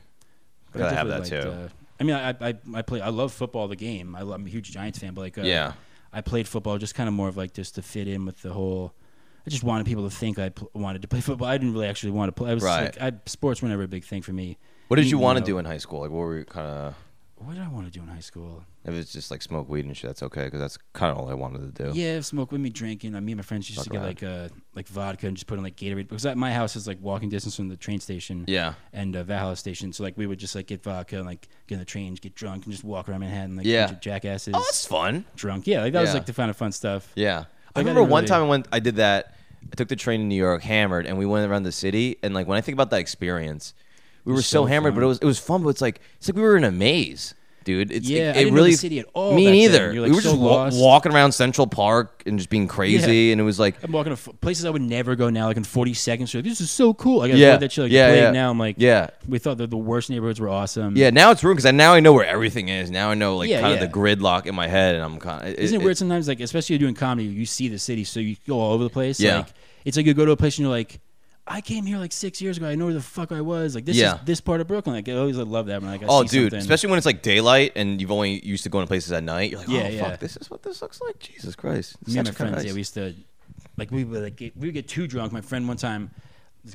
I Gotta have that definitely too. liked, uh, I mean, I, I I play. I love football. The game. I love, I'm a huge Giants fan, but like, uh, Yeah. I played football just kind of more of like just to fit in with the whole. I just wanted people to think I pl- wanted to play football. I didn't really actually want to play. I was Right. just, like, I, sports were never a big thing for me. what did you want to know, do in high school? Like, what were you kind of? What did I want to do in high school? If it's just like smoke weed and shit, that's okay because that's kind of all I wanted to do. Yeah, smoke with me drinking. I mean, my friends used to get Fuck like uh, like vodka and just put in like Gatorade because at my house is like walking distance from the train station. Yeah. And uh, Valhalla station, so like we would just like get vodka and like get on the train, get drunk, and just walk around Manhattan like a Yeah. bunch of jackasses, Oh, that's fun. drunk. Yeah, like that was Yeah. like the kind of fun stuff. Yeah. I Like, I remember didn't one really- time I went, I did that. I took the train to New York, hammered, and we went around the city. And like when I think about that experience, we were was so, so hammered, but it fun. was it was fun. But it's like it's like we were in a maze, dude. It's, Yeah, I it, it didn't know really the city at all Me back then. neither. You're, like, we were so just wa- lost. walking around Central Park and just being crazy, and it was like I'm walking to f- places I would never go now, like in 42nd Street. This is so cool. Like, I Yeah. yeah, that shit. Like, Yeah, yeah, yeah. Now I'm like, Yeah. We thought that the worst neighborhoods were awesome. yeah. Now it's ruined because I now I know where everything is. Now I know like Yeah, kind of yeah. the gridlock in my head, and I'm kind of Isn't it, weird sometimes? Like, especially doing comedy, you see the city, so you go all over the place. Yeah. Like, it's like you go to a place and you're like, I came here like six years ago. I know where the fuck I was. Like, this Yeah. is this part of Brooklyn. Like, I always like, love that. When, like, I Oh, see dude! something. Especially when it's like daylight and you've only used to going to places at night. You're like, Yeah, oh yeah. fuck, this is what this looks like. Jesus Christ! Such me and my a kind of friends, yeah, nice- we used to like we would like get, we would get too drunk. My friend one time,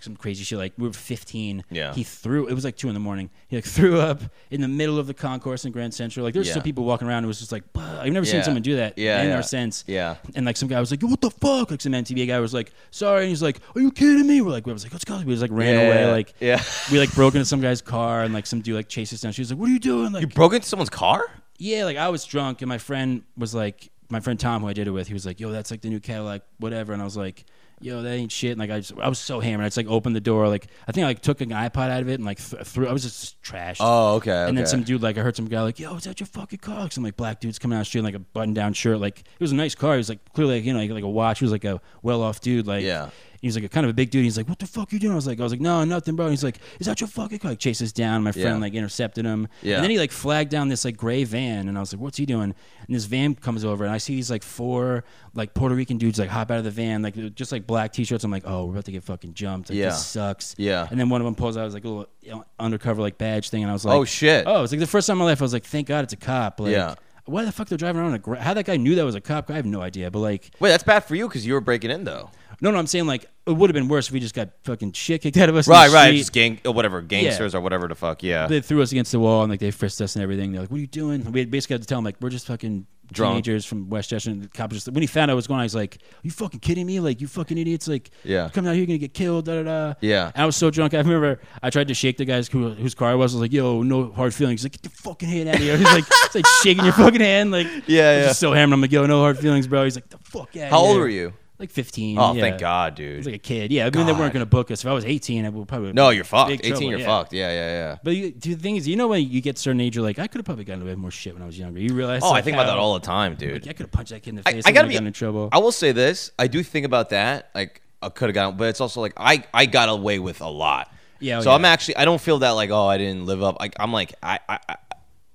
some crazy shit. Like we were 15. Yeah. He threw. It was like two in the morning. He like threw up in the middle of the concourse in Grand Central. Like there's Yeah. still people walking around. It was just like "Bah." I've never Yeah. seen someone do that. Yeah, In yeah. our sense. Yeah. And like some guy was like, "Yo, what the fuck?" Like some MTV guy was like, "Sorry," and he's like, "Are you kidding me?" We're like, "We was like, let's go." We just like ran away. Like yeah. we like broke into some guy's car and like some dude like chased us down. She was like, "What are you doing?" Like You broke into someone's car? yeah, like I was drunk and my friend was like, my friend Tom, who I did it with, he was like, yo, that's like the new Cadillac, whatever. And I was like, yo, that ain't shit. And like, I just, I was so hammered. I just like opened the door. Like, I think I like took an iPod out of it and like th- threw, I was just trashed. Oh, okay. And then okay. some dude, like, I heard some guy, like, yo, is that your fucking car? 'Cause Some like black dude's coming out of the street in like a button down shirt. Like, it was a nice car. He was like, clearly, like, you know, like, like a watch. He was like a well off dude. Like, Yeah. He was like a kind of a big dude. He's like, "What the fuck you doing?" I was like, "I was like, no, nothing, bro." And he's like, "Is that your fucking car?" Like, chased us down. My friend Yeah. like intercepted him. Yeah. And then he like flagged down this like gray van, and I was like, "What's he doing?" And this van comes over, and I see these like four like Puerto Rican dudes like hop out of the van, like just like black t-shirts. I'm like, "Oh, we're about to get fucking jumped. Like, Yeah. This sucks." Yeah. And then one of them pulls out his like a little you know, undercover like badge thing, and I was like, Oh, shit. Oh, it's like the first time in my life I was like, "Thank God it's a cop." Like, Yeah. Why the fuck they're driving around? in A gra- How that guy knew that was a cop? I have no idea. But like, Wait, that's bad for you because you were breaking in though. no, no, I'm saying like it would have been worse if we just got fucking shit kicked out of us. in the Right, right. street. Just gang, uh, whatever, gangsters or whatever the fuck. Yeah. They threw us against the wall and like they frisked us and everything. They're like, "What are you doing?" We basically had to tell them like we're just fucking Drunk. teenagers from Westchester. And the cop was just when he found out what was going on, he's like, "Are you fucking kidding me? Like you fucking idiots! Like Yeah. you coming out here, you're gonna get killed." Da da da. Yeah. And I was so drunk. I remember I tried to shake the guys who, whose car I was. I was like, "Yo, no hard feelings." He's like, "Get your fucking hand out of here." He's like, "It's like shaking your fucking hand." Like Yeah, I was yeah. Just so hammered. I'm like, "Yo, no hard feelings, bro." He's like, "The fuck out." How old were you? Like 15. Oh, yeah. thank God, I dude. was like a kid. Yeah. I mean, they God. weren't gonna book us. If I was 18, I would probably no, you're fucked. Big 18, trouble, you're yeah. fucked. Yeah, yeah, yeah. But you, the thing is, you know when you get certain age, you're like, I could have probably gotten away with more shit when I was younger. You realize? Oh, I like, think about how- that all the time, dude. Like, I could have punched that kid in the I- face. I, I, gotta be gotten in trouble. I will say this: I do think about that. Like I could have gotten, but it's also like I I got away with a lot. Yeah, oh, So I'm yeah. actually I don't feel that like oh I didn't live up. Like I'm like I I I-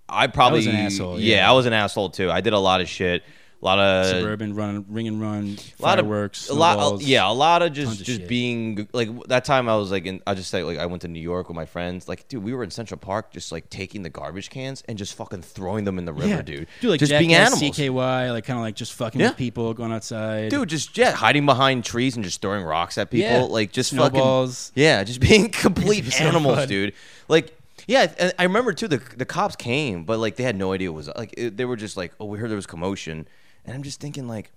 I probably an asshole, Yeah. yeah. I was an asshole too. I did a lot of shit. A lot of Suburban run, ring and run, a lot fireworks, of a lot, snowballs. yeah, a lot of just tons of just shit. being like that time I was like, in, I just say like I went to New York with my friends, like dude, we were in Central Park, just like taking the garbage cans and just fucking throwing them in the river, yeah, dude, like just being Jackass, animals, CKY, like kind of like just fucking Yeah. with people, going outside, dude, just yeah, hiding behind trees and just throwing rocks at people, Yeah. like just Snowballs. fucking, yeah, just being complete It's so animals, fun. dude, like. Yeah, and I remember too. The the cops came, but like they had no idea it was like it, they were just like, oh, we heard there was commotion, and I'm just thinking like,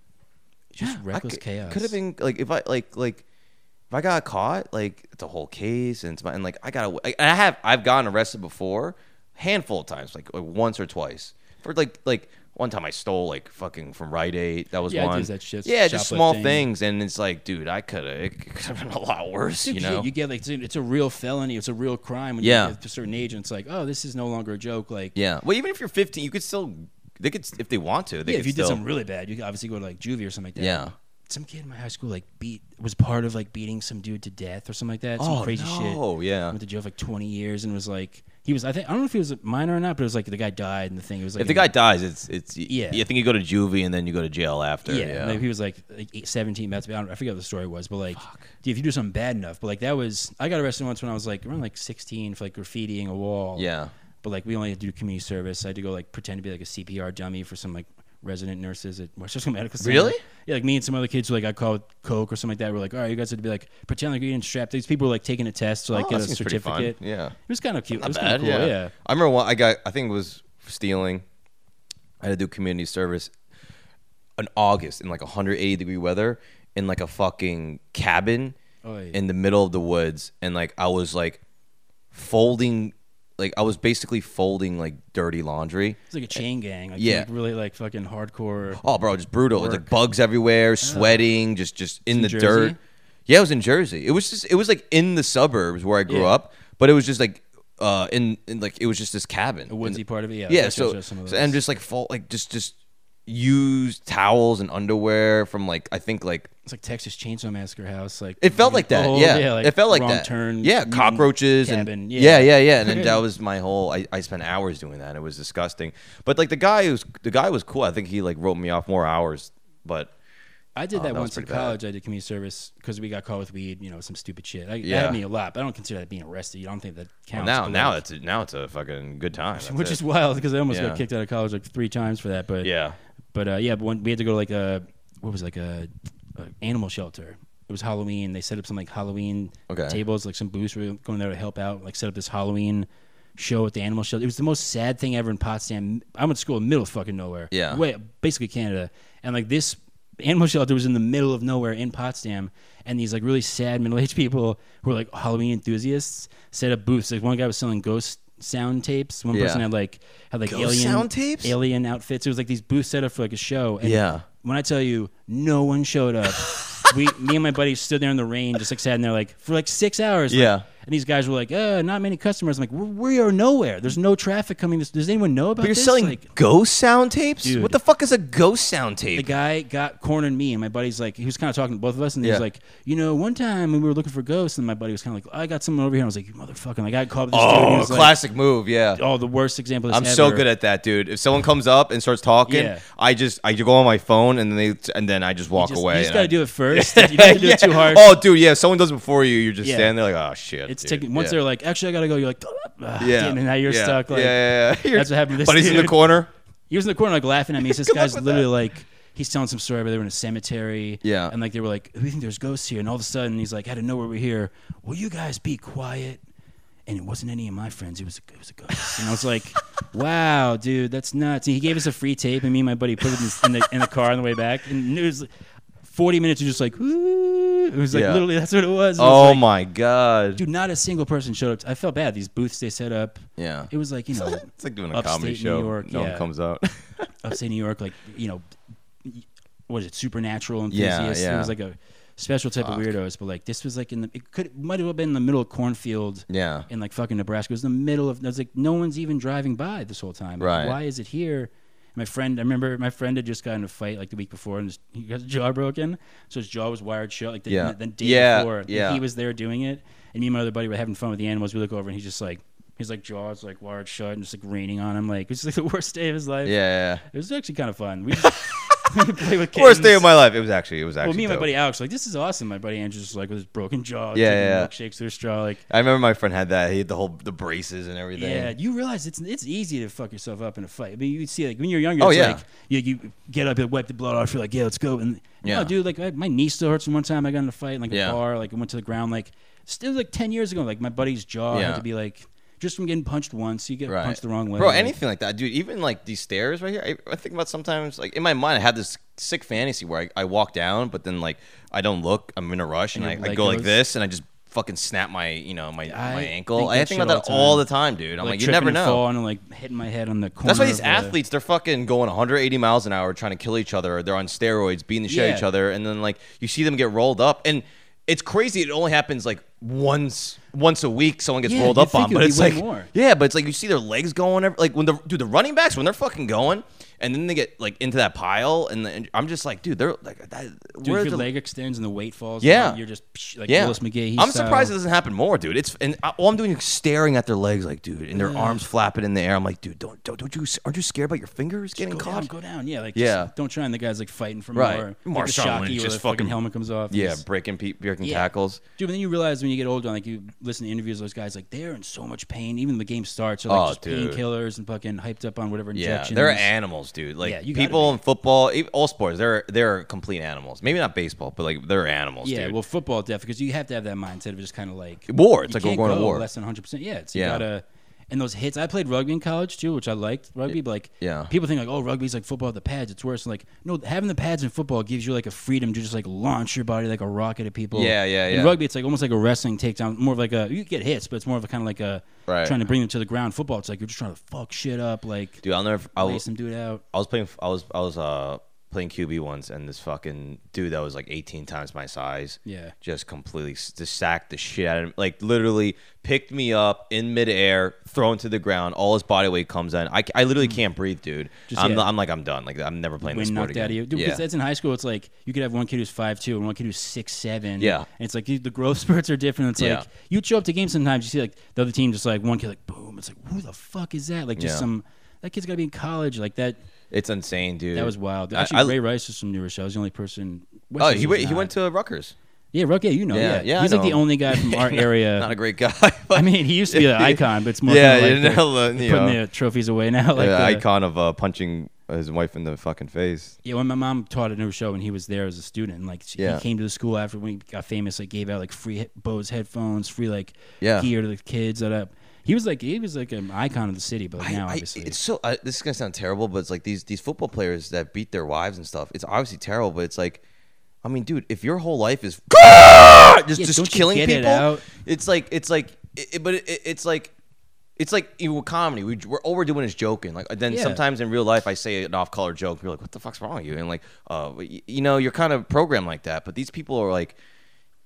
just reckless chaos. Could have been like if I like like if I got caught, like it's a whole case and it's my and like I got like, and I have I've gotten arrested before, handful of times, like, like once or twice for like like one time I stole like fucking from Rite Aid. That was Yeah, I one. did that shit, yeah, just small shoplifting. things, and it's like, dude, I could have it could have been a lot worse, Dude, you 'cause know. you get like it's a, it's a real felony. It's a real crime when Yeah. you get to a certain age, and it's like, oh, this is no longer a joke. Like, yeah, well, even if you're 15, you could still they could if they want to. They yeah, could if you still, did something really bad, you could obviously go to like juvie or something like that. Yeah. Some kid in my high school like beat was part of like beating some dude to death or something like that. Some Oh, crazy shit. no, yeah. Went to jail for like twenty years and was like he was I think I don't know if he was a minor or not, but it was like the guy died and the thing. It was like If the in- guy dies, it's it's yeah. Yeah. I think you go to juvie and then you go to jail after. yeah, Yeah, like, he was like, like eight- seventeen. That's I, don't, I forget what the story was, but like dude, if you do something bad enough, but like that was I got arrested once when I was like around like sixteen for like graffitiing a wall. Yeah. But like we only had to do community service. I had to go like pretend to be like a CPR dummy for some like resident nurses at Westchester Medical Center. Really? Yeah, like me and some other kids who like got called with coke or something like that. We're like, all right, you guys had to be like pretend like you're getting strapped. These people were like taking a test to like Oh, get that a seems pretty fun. certificate. Yeah. it was kind of cute. it was bad. kind of cool. Yeah. I remember one, I got, I think it was stealing. I had to do community service in August in like 180 degree weather in like a fucking cabin Oh, yeah. in the middle of the woods. And like, I was like folding, like, I was basically folding like dirty laundry. It's like a chain gang. Like, Yeah. like, really like fucking hardcore. Oh, bro, just brutal. It's like bugs everywhere, sweating, just just in the It's Ah. in dirt. Jersey? Yeah, it was in Jersey. It was just it was like in the suburbs where I grew Yeah. up, but it was just like uh in, in like it was just this cabin, A woodsy And- part of it, yeah. Yeah, I've so, watched some of so and those. just like fall like just just used towels and underwear from like I think like It's like Texas Chainsaw Massacre house. Like it felt you- like that. oh, yeah. like it felt like wrong that. Turn. yeah, mutant cockroaches cabin, and yeah, yeah, yeah. And then Okay. that was my whole. I, I spent hours doing that. It was disgusting. But like the guy was the guy was cool. I think he like wrote me off more hours, but. I did Oh, that, that was once in pretty bad. college. I did community service because we got caught with weed, you know, some stupid shit. I, Yeah. That happened to me a lot, but I don't consider that being arrested. You don't think that counts. now, but, now like, it's a, now it's a fucking good time. That's which it. is wild because I almost Yeah. got kicked out of college like three times for that. But yeah, but uh, yeah, but when we had to go to like a what was it, like a, a animal shelter. it was Halloween. They set up some like Halloween Okay. tables, like some booths were going there to help out, like set up this Halloween show at the animal shelter. It was the most sad thing ever in Potsdam. I went to school in the middle of fucking nowhere. Yeah. Way basically Canada. And like this animal shelter was in the middle of nowhere in Potsdam. And these like really sad middle aged people who were like Halloween enthusiasts set up booths. Like one guy was selling ghost sound tapes. One Yeah. person had like had like Ghost alien sound tapes? alien outfits. It was like these booths set up for like a show. And Yeah. when I tell you no one showed up, we, me and my buddy stood there in the rain, just like sat in there like for like six hours. like- Yeah. and these guys were like, uh, not many customers. I'm like, we're, we are nowhere. There's no traffic coming. This, does anyone know about But you're this? selling Like, ghost sound tapes? Dude. What the fuck is a ghost sound the tape? guy got cornered me, and my buddy's like, he was kind of talking to both of us, and he Yeah. was like, you know, one time when we were looking for ghosts, and my buddy was kind of like, I got someone over here. And I was like, you motherfucking, like, I called this dude. and he Oh, was like, classic move, yeah. Oh, the worst example. Of I'm this so ever. good at that, dude. If someone comes up and starts talking, Yeah. I just I go on my phone and then they and then I just walk Just, away. you just and got I- to do it first. you don't have to do Yeah. it too hard. Oh, dude, yeah. If someone does it before you, you're just Yeah. standing there like, oh shit. it's dude. taking once Yeah. they're like, actually, I gotta go. You're like, ah, damn, and now you're yeah. stuck. Like, yeah, yeah, yeah. That's what happened to this But he's in the dude. corner. he was in the corner like laughing at me. He says, Good this luck guy's with literally like, he's telling some story where they were in a cemetery. Yeah. And like they were like, we think there's ghosts here. And all of a sudden he's like, I didn't know where we're here. Will you guys be quiet? And it wasn't any of my friends. It was it was a ghost. And I was like, wow, dude, that's nuts. And he gave us a free tape, and me and my buddy put it in the in the, in the car on the way back. And it was. 40 minutes of just like, Ooh. it was like Yeah. literally that's what it was. It was Oh like, my god. dude, not a single person showed up. I felt bad. These booths they set up. Yeah. It was like you know, It's like doing a comedy upstate New show. York, no one yeah. comes out. upstate New York, like you know, was it supernatural Yeah, enthusiasts? yeah. It was like a special type of Fuck. weirdos. But like this was like in the it could might have been in the middle of cornfield yeah. in like fucking Nebraska. It was in the middle of. It was like no one's even driving by this whole time. Like, Right. Why is it here? My friend, I remember my friend had just gotten in a fight like the week before, and his, he got his jaw broken, so his jaw was wired shut. Like the, Yeah. the day Yeah, before, like, yeah. he was there doing it, and me and my other buddy were having fun with the animals. We look over, and he's just like, his like jaw's like wired shut, and just like raining on him. Like it's like the worst day of his life. Yeah. yeah, It was actually kind of fun. We just we play with yeah. kittens. Worst day of my life. It was actually it was actually Well, me and my dope. buddy Alex were like this is awesome. My buddy Andrew's just like with his broken jaw, Yeah, taking yeah, yeah. milkshakes through a straw. Like, I remember my friend had that. He had the whole the braces and everything. yeah, you realize it's it's easy to fuck yourself up in a fight. I mean, you see like when you're younger, Oh, it's yeah. like you, you get up, you wipe the blood off, you're like, yeah, let's go. And Yeah. no, dude, like I, my knee still hurts. from One time I got in a fight in like a Yeah. bar, like I went to the ground, like still like ten years ago. Like my buddy's jaw Yeah. had to be like just from getting punched once, you get Right. punched the wrong way. Bro, like, anything like that, dude. Even like these stairs right here. I, I think about sometimes, like in my mind, I had this sick fantasy where I, I walk down, but then like I don't look. I'm in a rush, and, And your I, I leg go like goes- this, and I just fucking snap my, you know, my I my ankle. think I that think shit about that all all the the time, dude. I'm like, like, you tripping never and know. falling and like hitting my head on the corner. That's why these of the- athletes, they're fucking going 180 miles an hour trying to kill each other. They're on steroids, beating the shit out of Yeah. each other. And then, like, you see them get rolled up. And it's crazy. It only happens, like, once once a week someone gets Yeah, rolled you'd up on. think it But would it's be way like, more. yeah, but it's like you see their legs going. ev- Like, when the, dude, the running backs, when they're fucking going, and then they get, like, into that pile. And, then I'm just like, dude, they're like, that, Dude, where if your the- leg extends and the weight falls, Yeah. down, you're just psh, like yeah, Willis McGahee. I'm style. surprised it doesn't happen more, dude. It's and I, all I'm doing is staring at their legs, like, dude, and their arms flapping in the air. I'm like, dude, don't, don't, don't you, aren't you scared about your fingers getting go caught? down, go down. Yeah, like Yeah. yeah. Just don't try. And the guy's like fighting for Right. more. Marshawn like the shocky Lynch where just the fucking, fucking- helmet comes off. Yeah, Just- breaking pe- breaking Yeah. tackles. dude. But then you realize when you get older, like you listen to interviews, with those guys like they're in so much pain. Even when the game starts, they're like Oh, just dude. painkillers and fucking hyped up on whatever Yeah, injections. they're animals, dude. Like Yeah, you gotta people in football, e- all sports, they're they're complete animals. Maybe not baseball, but like they're animals. Yeah, dude. well, football definitely because you have to have that mindset of just kind of like War. It's you like we're can't going to go war. Less than 100. percent Yeah, it's Yeah. you gotta. And those hits, I played rugby in college too, which I liked rugby. But like, Yeah. people think like, oh, rugby's like football, with the pads, it's worse. And like, no, having the pads in football gives you like a freedom to just like launch your body like a rocket at people. Yeah, yeah, in yeah. rugby, it's like almost like a wrestling takedown, more of like a you get hits, but it's more of a kind of like a Right. trying to bring them to the ground. Football, it's like you're just trying to fuck shit up, like dude, I'll never. I lay was, some dude out. I was playing. I was I was uh playing QB once, and this fucking dude that was like 18 times my size. Yeah. just completely s- just sacked the shit out of him. Like literally picked me up in midair, thrown to the ground. All his body weight comes in. I, c- I literally can't breathe, dude. Mm. Just, I'm, yeah. not- I'm like I'm done. Like I'm never playing this wind sport knocked again. out of you. Dude, yeah. because that's in high school. It's like you could have one kid who's five two and one kid who's six seven. Yeah. and it's like you- the growth spurts are different. It's Yeah. like you show up to games sometimes. You see like the other team just like one kid like boom. It's like who the fuck is that? Like just Yeah. some that kid's got to be in college. Like that It's insane, dude. that was wild. I- Actually, I- Ray Rice was from New Rochelle. I was the only person. Oh, Weston's he was uh, went, he not. went to Rutgers. yeah, Rock, yeah, you know, Yeah, yeah, yeah, I He's like the know. only guy from our area. Not a great guy. but- I mean, he used to be an icon, but it's more yeah, kinda you like they're- know, you they're putting know. the trophies away now. Like Yeah, the- icon of uh, punching his wife in the fucking face. Yeah, when my mom taught a new show and he was there as a student, and like she, Yeah. he came to the school after we got famous, like gave out like free he- Bose headphones, free like Yeah. gear to the kids. That up, he was like he was like an icon of the city, but like, now obviously it's so. I, this is gonna sound terrible, but it's like these these football players that beat their wives and stuff. It's obviously terrible, but it's like, I mean, dude, if your whole life is just Yeah, just don't you killing get it people, out? it's like it's like, it, it- but it, it's like. It's like you know, with comedy, we, we're all we're doing is joking. Like then Yeah. sometimes in real life, I say an off-color joke. You're like, "What the fuck's wrong with you?" And like, uh, you, you know, you're kind of programmed like that. But these people are like,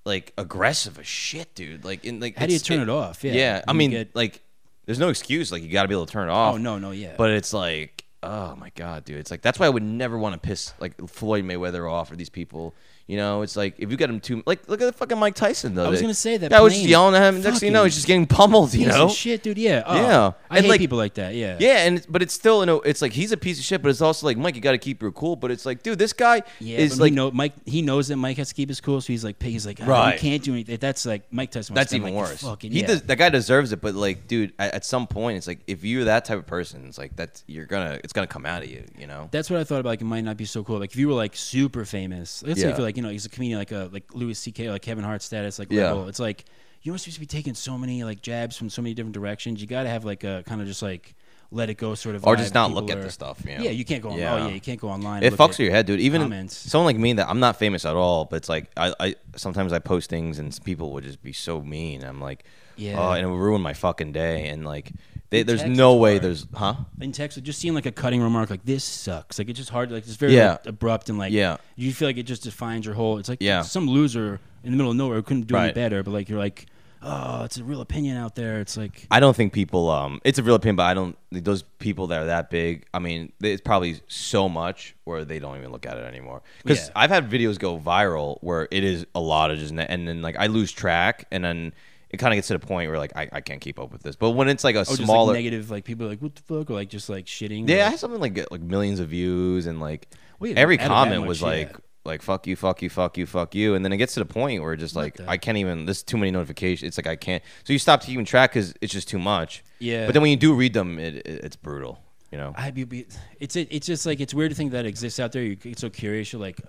like aggressive as shit, dude. Like, in like, How do you it's- turn it off? Yeah. Yeah, I You mean, get- like, there's no excuse. Like, you got to be able to turn it off. Oh, no, no, yeah. But it's like, oh my god, dude. It's like that's why I would never want to piss like Floyd Mayweather off or these people. You know, it's like if you get him too, like, look at the fucking Mike Tyson though. I was That- gonna say that guy was just Plains yelling at him. and Next thing you know, fucking he's just getting pummeled. You Piece know, of shit, dude. Yeah, oh, Yeah. I And, hate like- people like that. Yeah, yeah, and it's, but it's still, you know, it's like he's a piece of shit, but it's also like Mike, you got to keep your cool. But it's like, dude, this guy Yeah, is but like, he know, Mike. He knows that Mike has to keep his cool, so he's like, he's like, right. Right. you can't do anything. That's like Mike Tyson. must that's have been, even like, worse. Fucking, he yeah. does, that guy deserves it, but like, dude, at, at some point, it's like if you're that type of person, it's like that's you're gonna, it's gonna come out of you. You know, That's what I thought about. Like, it might not be so cool. Like, if you were like super famous, let's say Yeah. if you're like, you know, he's a comedian, like a like Louis C.K., like Kevin Hart status, like Yeah. level. It's like you're supposed to be taking so many like jabs from so many different directions. You got to have like a kind of just like let it go sort of, Or vibe just that not look people at the are- stuff, you know? Yeah, you can't go. On, Yeah. Oh yeah, you can't go online. and it look fucks at- with your head, dude. Even comments. someone like me that I'm not famous at all, but it's like I, I sometimes I post things and people would just be so mean. I'm like, Yeah. oh, and it would ruin my fucking day. And like, they, there's text no is way. hard. There's huh? in text, it just seemed like a cutting remark, like this sucks. Like it's just hard, like it's very Yeah. like, abrupt and like Yeah. you feel like it just defines your whole. It's like Yeah. some loser in the middle of nowhere who couldn't do Right. any better, but like you're like, oh, it's a real opinion out there. It's like I don't think people. Um, it's a real opinion, but I don't. Those people that are that big. I mean, it's probably so much where they don't even look at it anymore. Because Yeah. I've had videos go viral where it is a lot of just, ne- and then like I lose track, and then it kind of gets to the point where like I, I can't keep up with this. But when it's like a oh, just smaller, like negative, like people are like what the fuck, or like just like shitting. or, Yeah, I like- had something like get, like millions of views and like Well, yeah, every out of that comment much, was yeah. like like fuck you, fuck you, fuck you, fuck you, and then it gets to the point where just like the- I can't even. There's too many notifications. It's like I can't. So you stop keeping track because it's just too much. Yeah. But then when you do read them, it, it it's brutal. You know. I'd be- be. It's it, it's just like it's weird to think that exists out there. You get so curious. You're like,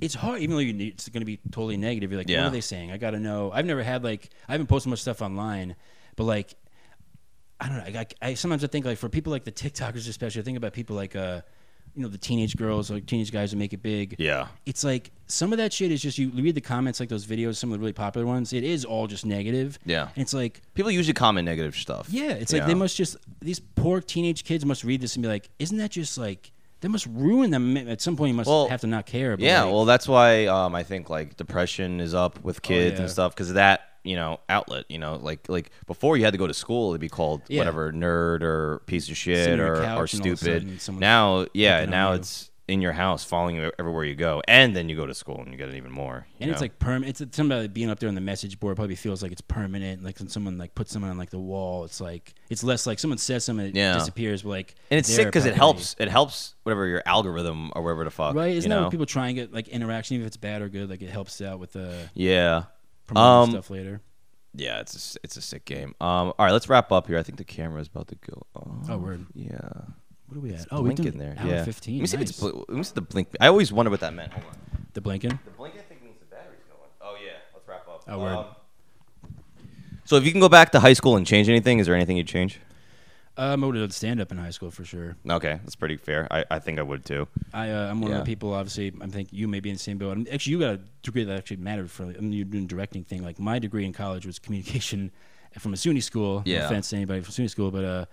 it's hard. Even though you need, it's going to be totally negative. You're like, Yeah. what are they saying? I got to know. I've never had like I haven't posted much stuff online, but like, I don't know. I, I, I sometimes I think like for people like the TikTokers especially, I think about people like uh, you know, the teenage girls or teenage guys who make it big. yeah. It's like some of that shit is just you read the comments like those videos, some of the really popular ones. It is all just negative. Yeah. And it's like People usually comment negative stuff. yeah, it's like they must just these poor teenage kids must read this and be like, isn't that just like they must ruin them at some point? You must Well, have to not care. But Yeah, like, well, that's why um, I think like depression is up with kids Oh, yeah. and stuff because that you know outlet. You know, like like before you had to go to school to be called Yeah. whatever nerd or piece of shit Sitting on your or, or couch and all of a stupid. sudden someone's Now, yeah, picking on now you. it's in your house, following you everywhere you go, and then you go to school and you get it even more. you and it's know? like perm. It's it's something about being up there on the message board. Probably feels like it's permanent. Like when someone like puts someone on like the wall, it's like it's less like someone says something, it Yeah. disappears. But like and it's they're sick because it probably- helps. It helps whatever your algorithm or whatever the fuck. right? Isn't you that know? what people try and get like interaction, even if it's bad or good? Like it helps out with the yeah. promoting Um, stuff later. Yeah, it's a, s- it's a sick game. Um, all right, let's wrap up here. I think the camera's about to go. off. Oh, word. Yeah. What are we at? Oh, we blink in there. hour yeah. fifteen. Let me see if it's Nice. bl- let me see the blink. I always wonder what that meant. Hold on. the blinking. The blink I think means the battery's going. Oh yeah, let's wrap up. Um, Oh, word. so if you can go back to high school and change anything, is there anything you'd change? Um, I would have done stand up in high school for sure. Okay, that's pretty fair. I, I think I would too. I, uh, I'm one Yeah. of the people. Obviously, I think you may be in the same boat. I'm, actually, you got a degree that actually mattered for. I mean, you're doing directing thing. Like my degree in college was communication from a SUNY school. Yeah. No offense to anybody from SUNY school, but uh,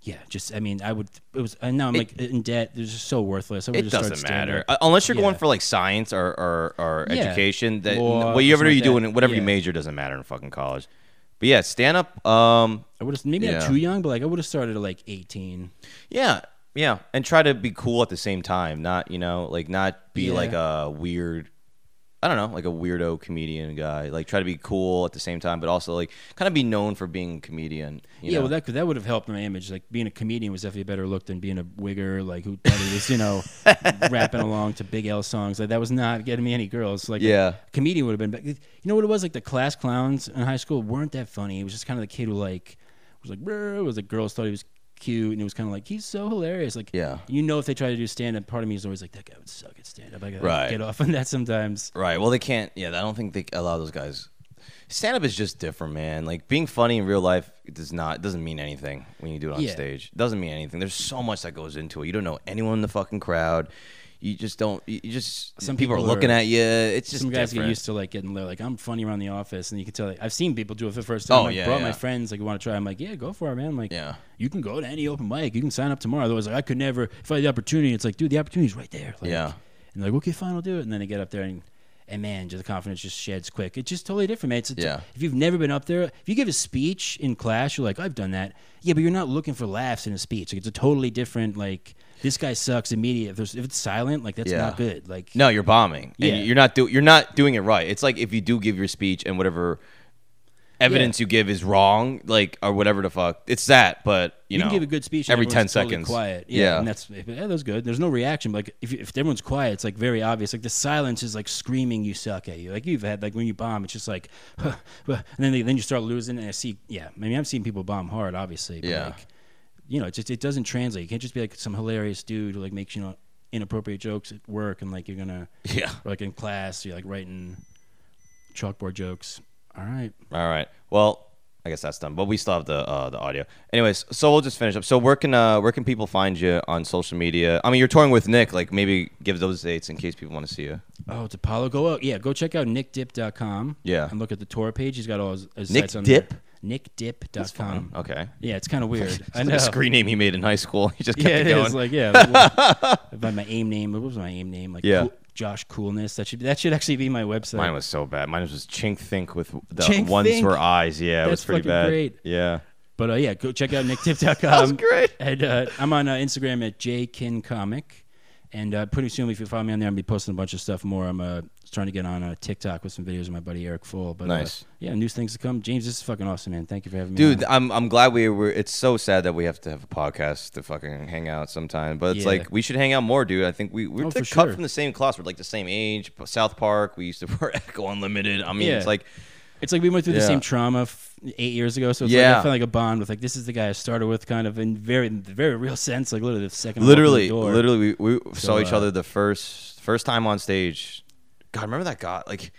yeah, just I mean, I would. It was. And now I'm It- like in debt. They're just so worthless. I would've It just started doesn't stand-up. matter Uh, unless you're going Yeah. for like science or or, or Yeah. education. That Law, whatever something you like do that. in whatever you Yeah. major doesn't matter in fucking college. But yeah, stand up. Um, I would have maybe Yeah. not too young, but like I would have started at like 18. Yeah, yeah, and try to be cool at the same time. Not you know, like not be Yeah. like a weird. I don't know, like a weirdo comedian guy. Like try to be cool at the same time, but also like kind of be known for being a comedian. You yeah, know? well, that could, that would have helped my image. Like being a comedian was definitely a better look than being a wigger, like who thought he was, you know, rapping along to Big L songs. Like that was not getting me any girls. Like Yeah. a comedian would have been. Back. You know what it was? Like the class clowns in high school weren't that funny. It was just kind of the kid who like was like, "Brr," was like girls thought he was cute, and it was kind of like he's so hilarious. Like Yeah. you know, if they try to do stand up, part of me is always like that guy would suck at stand up. I gotta Right. get off on that sometimes. Right. Well, they can't. Yeah, I don't think they allow those guys. Stand up is just different, man. Like being funny in real life it does not it doesn't mean anything when you do it on Yeah. stage. It doesn't mean anything. There's so much that goes into it. You don't know anyone in the fucking crowd. You just don't. You you just Some some people, people are looking are- at you. It's just Some guys different. get used to like getting low. Like I'm funny around the office, and you can tell. Like, I've seen people do it for the first time. Oh, I yeah, brought my yeah. friends like want to try. I'm like, yeah, go for it, man. I'm like, Yeah. you can go to any open mic. You can sign up tomorrow. Otherwise, like, I could never. If I had the opportunity, it's like, dude, the opportunity's right there. Like, Yeah. And they're like, okay, fine, I'll do it. And then they get up there and. And man, just the confidence just sheds quick. It's just totally different, man. It's a Yeah. If you've never been up there, if you give a speech in class, you're like, I've done that. Yeah, but you're not looking for laughs in a speech. Like it's a totally different. Like this guy sucks. Immediate. If, there's, if it's silent, like that's Yeah. not good. Like No, you're bombing. Yeah. And you're not do, you're not doing it right. It's like if you do give your speech and whatever evidence you give is wrong, like or whatever the fuck. It's that, but you, you, know, can give a good speech and every ten everyone's totally seconds. quiet yeah, Yeah. and that's yeah, that was good there's no reaction but like if, if everyone's quiet it's like very obvious like the silence is like screaming you suck at you like you've had like when you bomb it's just like huh, huh, and then they, then you start losing and I see yeah I mean I've seen people bomb hard obviously but Yeah. like you know it just it doesn't translate you can't just be like some hilarious dude who like makes you know inappropriate jokes at work and like you're gonna yeah. or, like in class you're like writing chalkboard jokes all right All right. Well, I guess that's done. But we still have the uh, the audio. Anyways, so we'll just finish up. So where can uh, where can people find you on social media? I mean, you're touring with Nick. Like maybe give those dates in case people want to see you. Oh, it's Apollo. Go out. Yeah, go check out nickdip.com. Yeah. And look at the tour page. He's got all his, his Nick sites on Dip? there. Nickdip.com. Okay. Yeah, it's kind of Um, weird. I It's know. like a screen name he made in high school. He just kept yeah, it it going. is. Like, yeah. like, what- by my aim name. What was my aim name? Like, Yeah. Cool- Josh Coolness. That should that should actually be my website. Mine was so bad. Mine was just Chink Think with the Chink ones Think? for eyes. Yeah, it was That's pretty fucking bad. great. Yeah. but uh, yeah, go check out nickdip.com. was great. And uh, I'm on uh, Instagram at jkincomic. And uh, pretty soon, if you follow me on there, I'm gonna be posting a bunch of stuff more. I'm uh, trying to get on uh, TikTok with some videos of my buddy Eric Full. But uh, Nice. yeah, news things to come. James, this is fucking awesome, man. Thank you for having me. on. Dude, I'm I'm glad we were. It's so sad that we have to have a podcast to fucking hang out sometime. But it's Yeah. like we should hang out more, dude. I think we we're Oh, the for cut sure. from the same class. We're like the same age. but South Park. We used to wear Echo Unlimited. I mean, it's Yeah. like It's like we went through the Yeah. same trauma f- eight years ago, so it's like Yeah. I felt like a bond with like this is the guy I started with, kind of in very in the very real sense, like literally the second I walked in the literally, door. literally, we, we saw each uh, other the first first time on stage. God, remember that God like.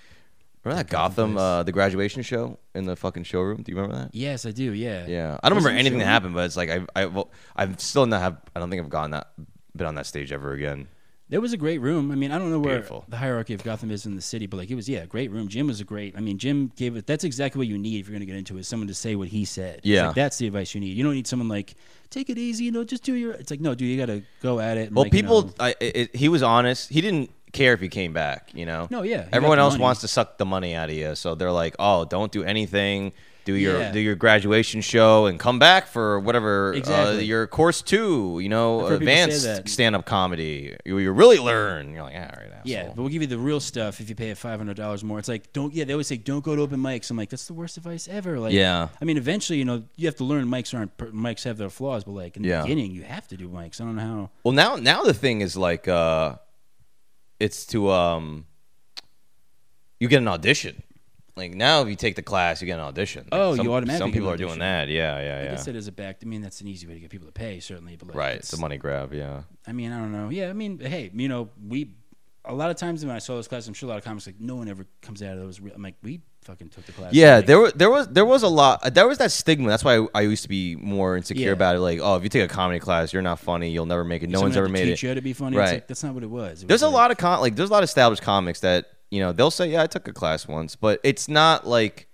Remember that Gotham Gotham, place. uh, the graduation show in the fucking showroom? Do you remember that? Yes, I do. Yeah, Yeah, I don't remember Wasn't anything that sure. happened, but it's like I, I, well, I've still not have. I don't think I've gone that, been on that stage ever again. It was a great room. I mean, I don't know where Beautiful. the hierarchy of Gotham is in the city, but like it was, yeah, a great room. Jim was a great. I mean, Jim gave it. That's exactly what you need if you're going to get into it. is Someone to say what he said. It's Yeah. like, that's the advice you need. You don't need someone like take it easy. You know, just do your. It's like no, dude, you got to go at it. and, Well, like, you people, know- I, i it- he was honest. He didn't care if he came back. You know. No, yeah, he got Everyone the else money. wants to suck the money out of you, so they're like, "Oh, don't do anything. Do your Yeah. do your graduation show and come back for whatever uh, Exactly. your course two. You know, I've heard people say advanced that. stand up comedy. You, you really learn. You're like, yeah, all right, asshole. Yeah, but we'll give you the real stuff if you pay five hundred dollars more. It's like don't yeah, they always say don't go to open mics. I'm like that's the worst advice ever. Like Yeah. I mean eventually you know you have to learn mics aren't per- mics have their flaws, but like in the Yeah. beginning you have to do mics. I don't know how. Well, now now the thing is like uh it's to um you get an audition. Like now if you take the class, you get an audition. Like, Oh, some, you automatically Some get an people are doing audition. that. Yeah, yeah, I yeah. guess that is a back. I mean that's an easy way to get people to pay certainly, but like right. it's- It's a money grab, yeah. I mean I don't know. Yeah, I mean hey you know we a lot of times when I saw this class, I'm sure a lot of comics like no one ever comes out of those. Re-. I'm like we fucking took the class. Yeah, Like, there was there was there was a lot. There was that stigma. That's why I, I used to be more insecure Yeah. about it. Like, oh, if you take a comedy class, you're not funny. You'll never make it. No someone one's had ever to made teach it. you to be funny. Right. It's like, that's not what it was. It There's was a like- lot of con- like there's a lot of established comics that you know they'll say yeah I took a class once, but it's not like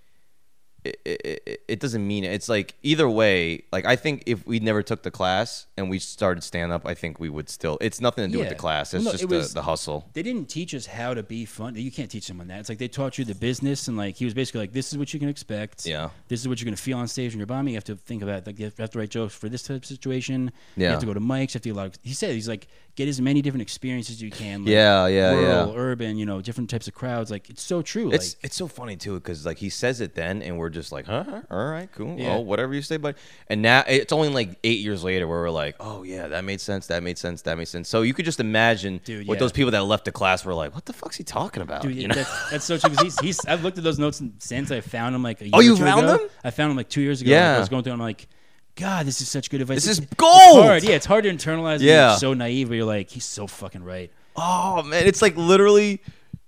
it, it, it doesn't mean it. It's like either way, like I think if we never took the class and we started stand up, I think we would still. It's nothing to do with Yeah. the class. It's Well, no, just it the, was- the hustle. they didn't teach us how to be fun. You can't teach someone that. It's like they taught you the business, and like he was basically like, "This is what you can expect. Yeah. this is what you're gonna feel on stage when you're bombing. You have to think about like you have to write jokes for this type of situation. you Yeah. have to go to mics. You have to get a lot. Of, he said he's like, get as many different experiences as you can. Like, Yeah, yeah, rural, yeah. urban, you know, different types of crowds. Like it's so true. It's like it's so funny too because like he says it then and we're just like huh all right cool Yeah. oh whatever you say but and now it's only like eight years later where we're like oh yeah that made sense that made sense that made sense so you could just imagine Dude, what yeah. those people that left the class were like what the fuck's he talking about Dude, Oh, you know that's, that's so true. 'cause he's, he's, I've looked at those notes since I found them like a year Oh, you or two found ago. them? I found them like two years ago. like, Yeah. I was going through them. I'm like, God, this is such good advice. This It's- is it's gold! hard. Yeah, it's hard to internalize. Yeah, Yeah. you're so naive, but you're like, he's so fucking right. Oh man, it's like literally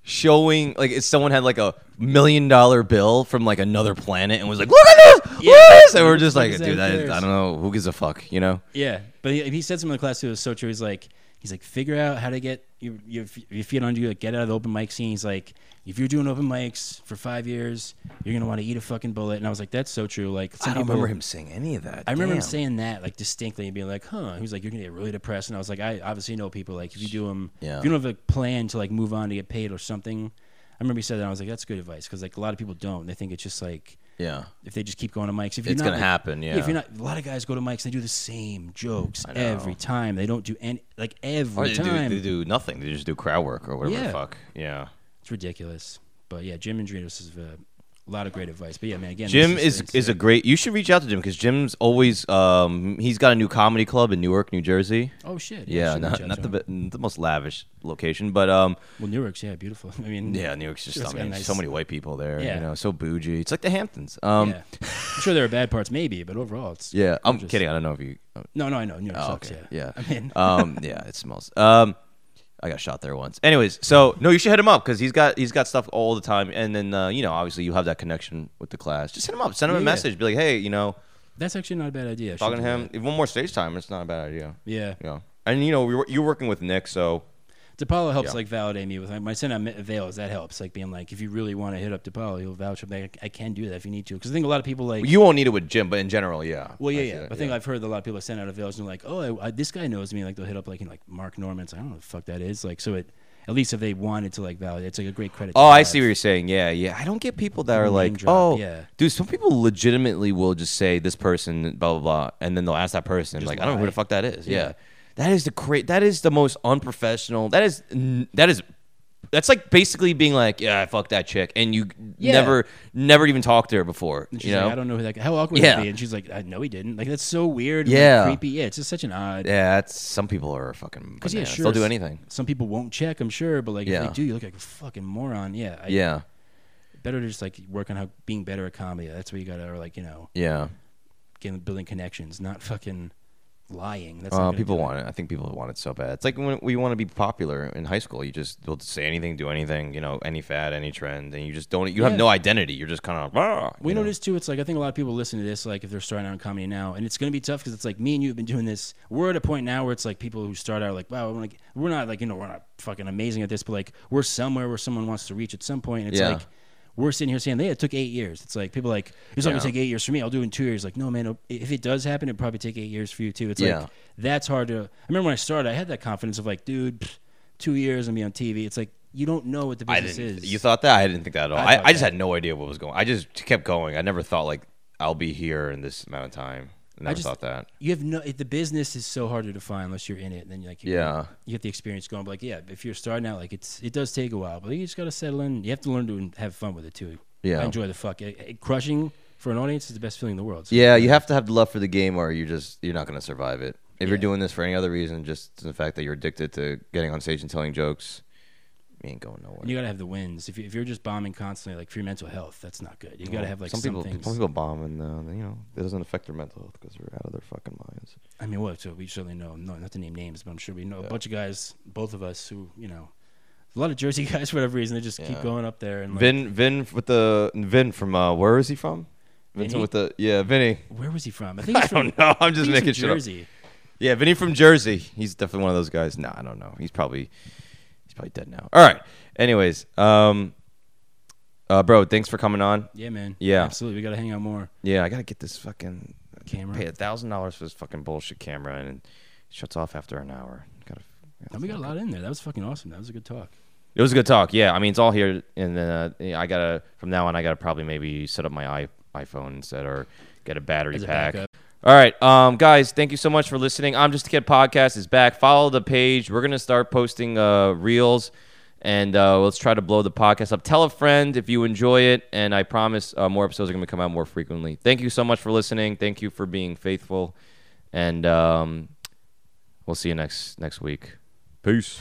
showing like if someone had like a million dollar bill from like another planet and was like, "Look at this, Yeah. look at this," and we're just like, Who "Dude, that is, cares? I don't know, who gives a fuck," you know? Yeah, but he, he said something in the class too. It was so true. He's like, he's like, figure out how to get your your, your feet under you. Like, get out of the open mic scene. He's like, if you're doing open mics for five years, you're gonna want to eat a fucking bullet. And I was like, that's so true. Like, some I don't people- remember him saying any of that. I remember him Damn. saying that like distinctly and being like, huh. He was like, you're gonna get really depressed. And I was like, I obviously know people like if you do them, Yeah. if you don't have a plan to like move on to get paid or something. I remember he said that. And I was like, that's good advice because like a lot of people don't. They think it's just like yeah, if they just keep going to mics. If you're it's not, gonna like- happen. Yeah, if you're not, a lot of guys go to mics. They do the same jokes I know. every time. They don't do any like Or every they, do, time. they do nothing. They just do crowd work or whatever. Yeah. the Fuck yeah. It's ridiculous. But yeah, Jim Andrinos is uh, a lot of great advice. But yeah, man, again, Jim this is is a great. You should reach out to Jim because Jim's always um he's got a new comedy club in Newark, New Jersey. oh shit. I Yeah, should not, reach out not to the him. be- the most lavish location, but um well Newark's yeah beautiful. I mean Yeah, New York's just, It's I got mean, nice- so many white people there, Yeah. you know, so bougie. It's like the Hamptons. Um, yeah, yeah. I'm sure there are bad parts maybe, but overall it's I'm gorgeous. kidding. I don't know if you. No, no, I know New York Oh, sucks. okay. Yeah, Yeah. I mean, um, yeah, it smells. Um, I got shot there once. Anyways, so no, you should hit him up because he's got he's got stuff all the time, and then uh, you know, obviously, you have that connection with the class. Just hit him up, send him Yeah, a yeah. message, be like, hey, you know, that's actually not a bad idea. I should talking to do him. that. If one more stage time, it's not a bad idea. Yeah, Yeah, and you know, we were, you're working with Nick, so DePaulo helps Yeah. like validate me with like, my son on Veils. That helps like being like if you really want to hit up DePaulo, he'll vouch for me. Like, I can do that if you need to because I think a lot of people like you won't need it with Jim, but in general, yeah. well yeah I see yeah. that, I think I've heard a lot of people send out of Veils and they're like oh I, I, this guy knows me like they'll hit up like you know, like Mark Norman. It's like, I don't know what the fuck that is like so it at least if they wanted to like validate it's like a great credit. to Oh, I have. see what you're saying. Yeah, yeah. I don't get people that are Name like, drop, oh, yeah. dude. Some people legitimately will just say this person, blah blah blah, and then they'll ask that person, Just like, I don't know who lie. the fuck that is. Yeah, Yeah. that is the cra- That is the most unprofessional. That is n- that is. That's like basically being like, yeah, I fucked that chick, and you Yeah. never, never even talked to her before. And she's You know? like, I don't know who that. How awkward would Yeah. it be? And she's like, I know he didn't. Like that's so weird. and, like, Yeah. creepy. Yeah, it's just such an odd. yeah, that's some people are fucking. Because yeah, bananas. sure. they'll do s- anything. Some people won't check, I'm sure, but like if Yeah. they do, you look like a fucking moron. Yeah. I, yeah, Better to just like work on how being better at comedy. That's where you gotta, or like you know, yeah. getting building connections, not fucking lying. That's not Uh, gonna people do want it. I think people want it so bad. It's like when we want to be popular in high school. You just will say anything, do anything. You know, any fad, any trend, and you just don't. You Yeah. have no identity. You're just kind of. "Ah," We you know? noticed too. It's like I think a lot of people listen to this, like if they're starting out in comedy now, and it's going to be tough because it's like me and you have been doing this. We're at a point now where it's like people who start out are like, wow, I'm like, we're not like you know we're not fucking amazing at this, but like we're somewhere where someone wants to reach at some point. And it's Yeah. like we're sitting here saying, yeah, it took eight years. It's like people are like it's not Yeah. gonna take eight years for me. I'll do it in two years. Like no man, if it does happen, it probably take eight years for you too. It's Yeah. like that's hard to. I remember when I started, I had that confidence of like, dude, pff, two years and be on TV. It's like you don't know what the I business didn't. is. You thought that? I didn't think that at all. I I, thought I, just that. had no idea what was going. I just kept going. I never thought like I'll be here in this amount of time. I never just- thought that. you have no it- the business is so hard to define unless you're in it and then like you, Yeah. you get the experience going but like yeah if you're starting out like it's it does take a while but you just gotta settle in you have to learn to have fun with it too Yeah. I enjoy the fuck it, it- crushing for an audience is the best feeling in the world so- Yeah, you have to have the love for the game, or you just you're not going to survive it. If you're Yeah. doing this for any other reason, just the fact that you're addicted to getting on stage and telling jokes, you ain't going nowhere. and you gotta have the wins if, you, if you're just bombing constantly like for your mental health that's not good you gotta Well, have like some, some, people. things Some people bomb, and uh, you know it doesn't affect their mental health because they're out of their fucking minds. I mean what so we certainly know no, not to name names but I'm sure we know a Yeah. bunch of guys both of us who you know a lot of Jersey guys for whatever reason they just keep Yeah. going up there and like, Vin, Vin with the Vin from uh, where is he from? Vincent Vinny? with the yeah, Vinny. where was he from I think he's I from don't know. I'm I just think he's making from sure. Jersey Yeah, Vinny from Jersey. He's definitely one of those guys. Nah, I don't know. He's probably he's probably dead now. All right. Anyways, um, uh, bro, thanks for coming on. Yeah, man. Yeah. absolutely. We gotta hang out more. Yeah, I gotta get this fucking Camera. Pay a thousand dollars for this fucking bullshit camera, and it shuts off after an hour. Gotta. And we got a lot in there. That was fucking awesome. That was a good talk. It was a good talk. Yeah, I mean it's all here, and then uh, yeah, I gotta from now on I gotta probably maybe set up my i iPhone instead or get a battery As a pack. backup. All right, um, guys, thank you so much for listening. I'm just a kid podcast is back. Follow the page. We're gonna start posting uh, reels, and uh, let's try to blow the podcast up. Tell a friend if you enjoy it, and I promise uh, more episodes are gonna come out more frequently. Thank you so much for listening. Thank you for being faithful, and um, we'll see you next next week. Peace.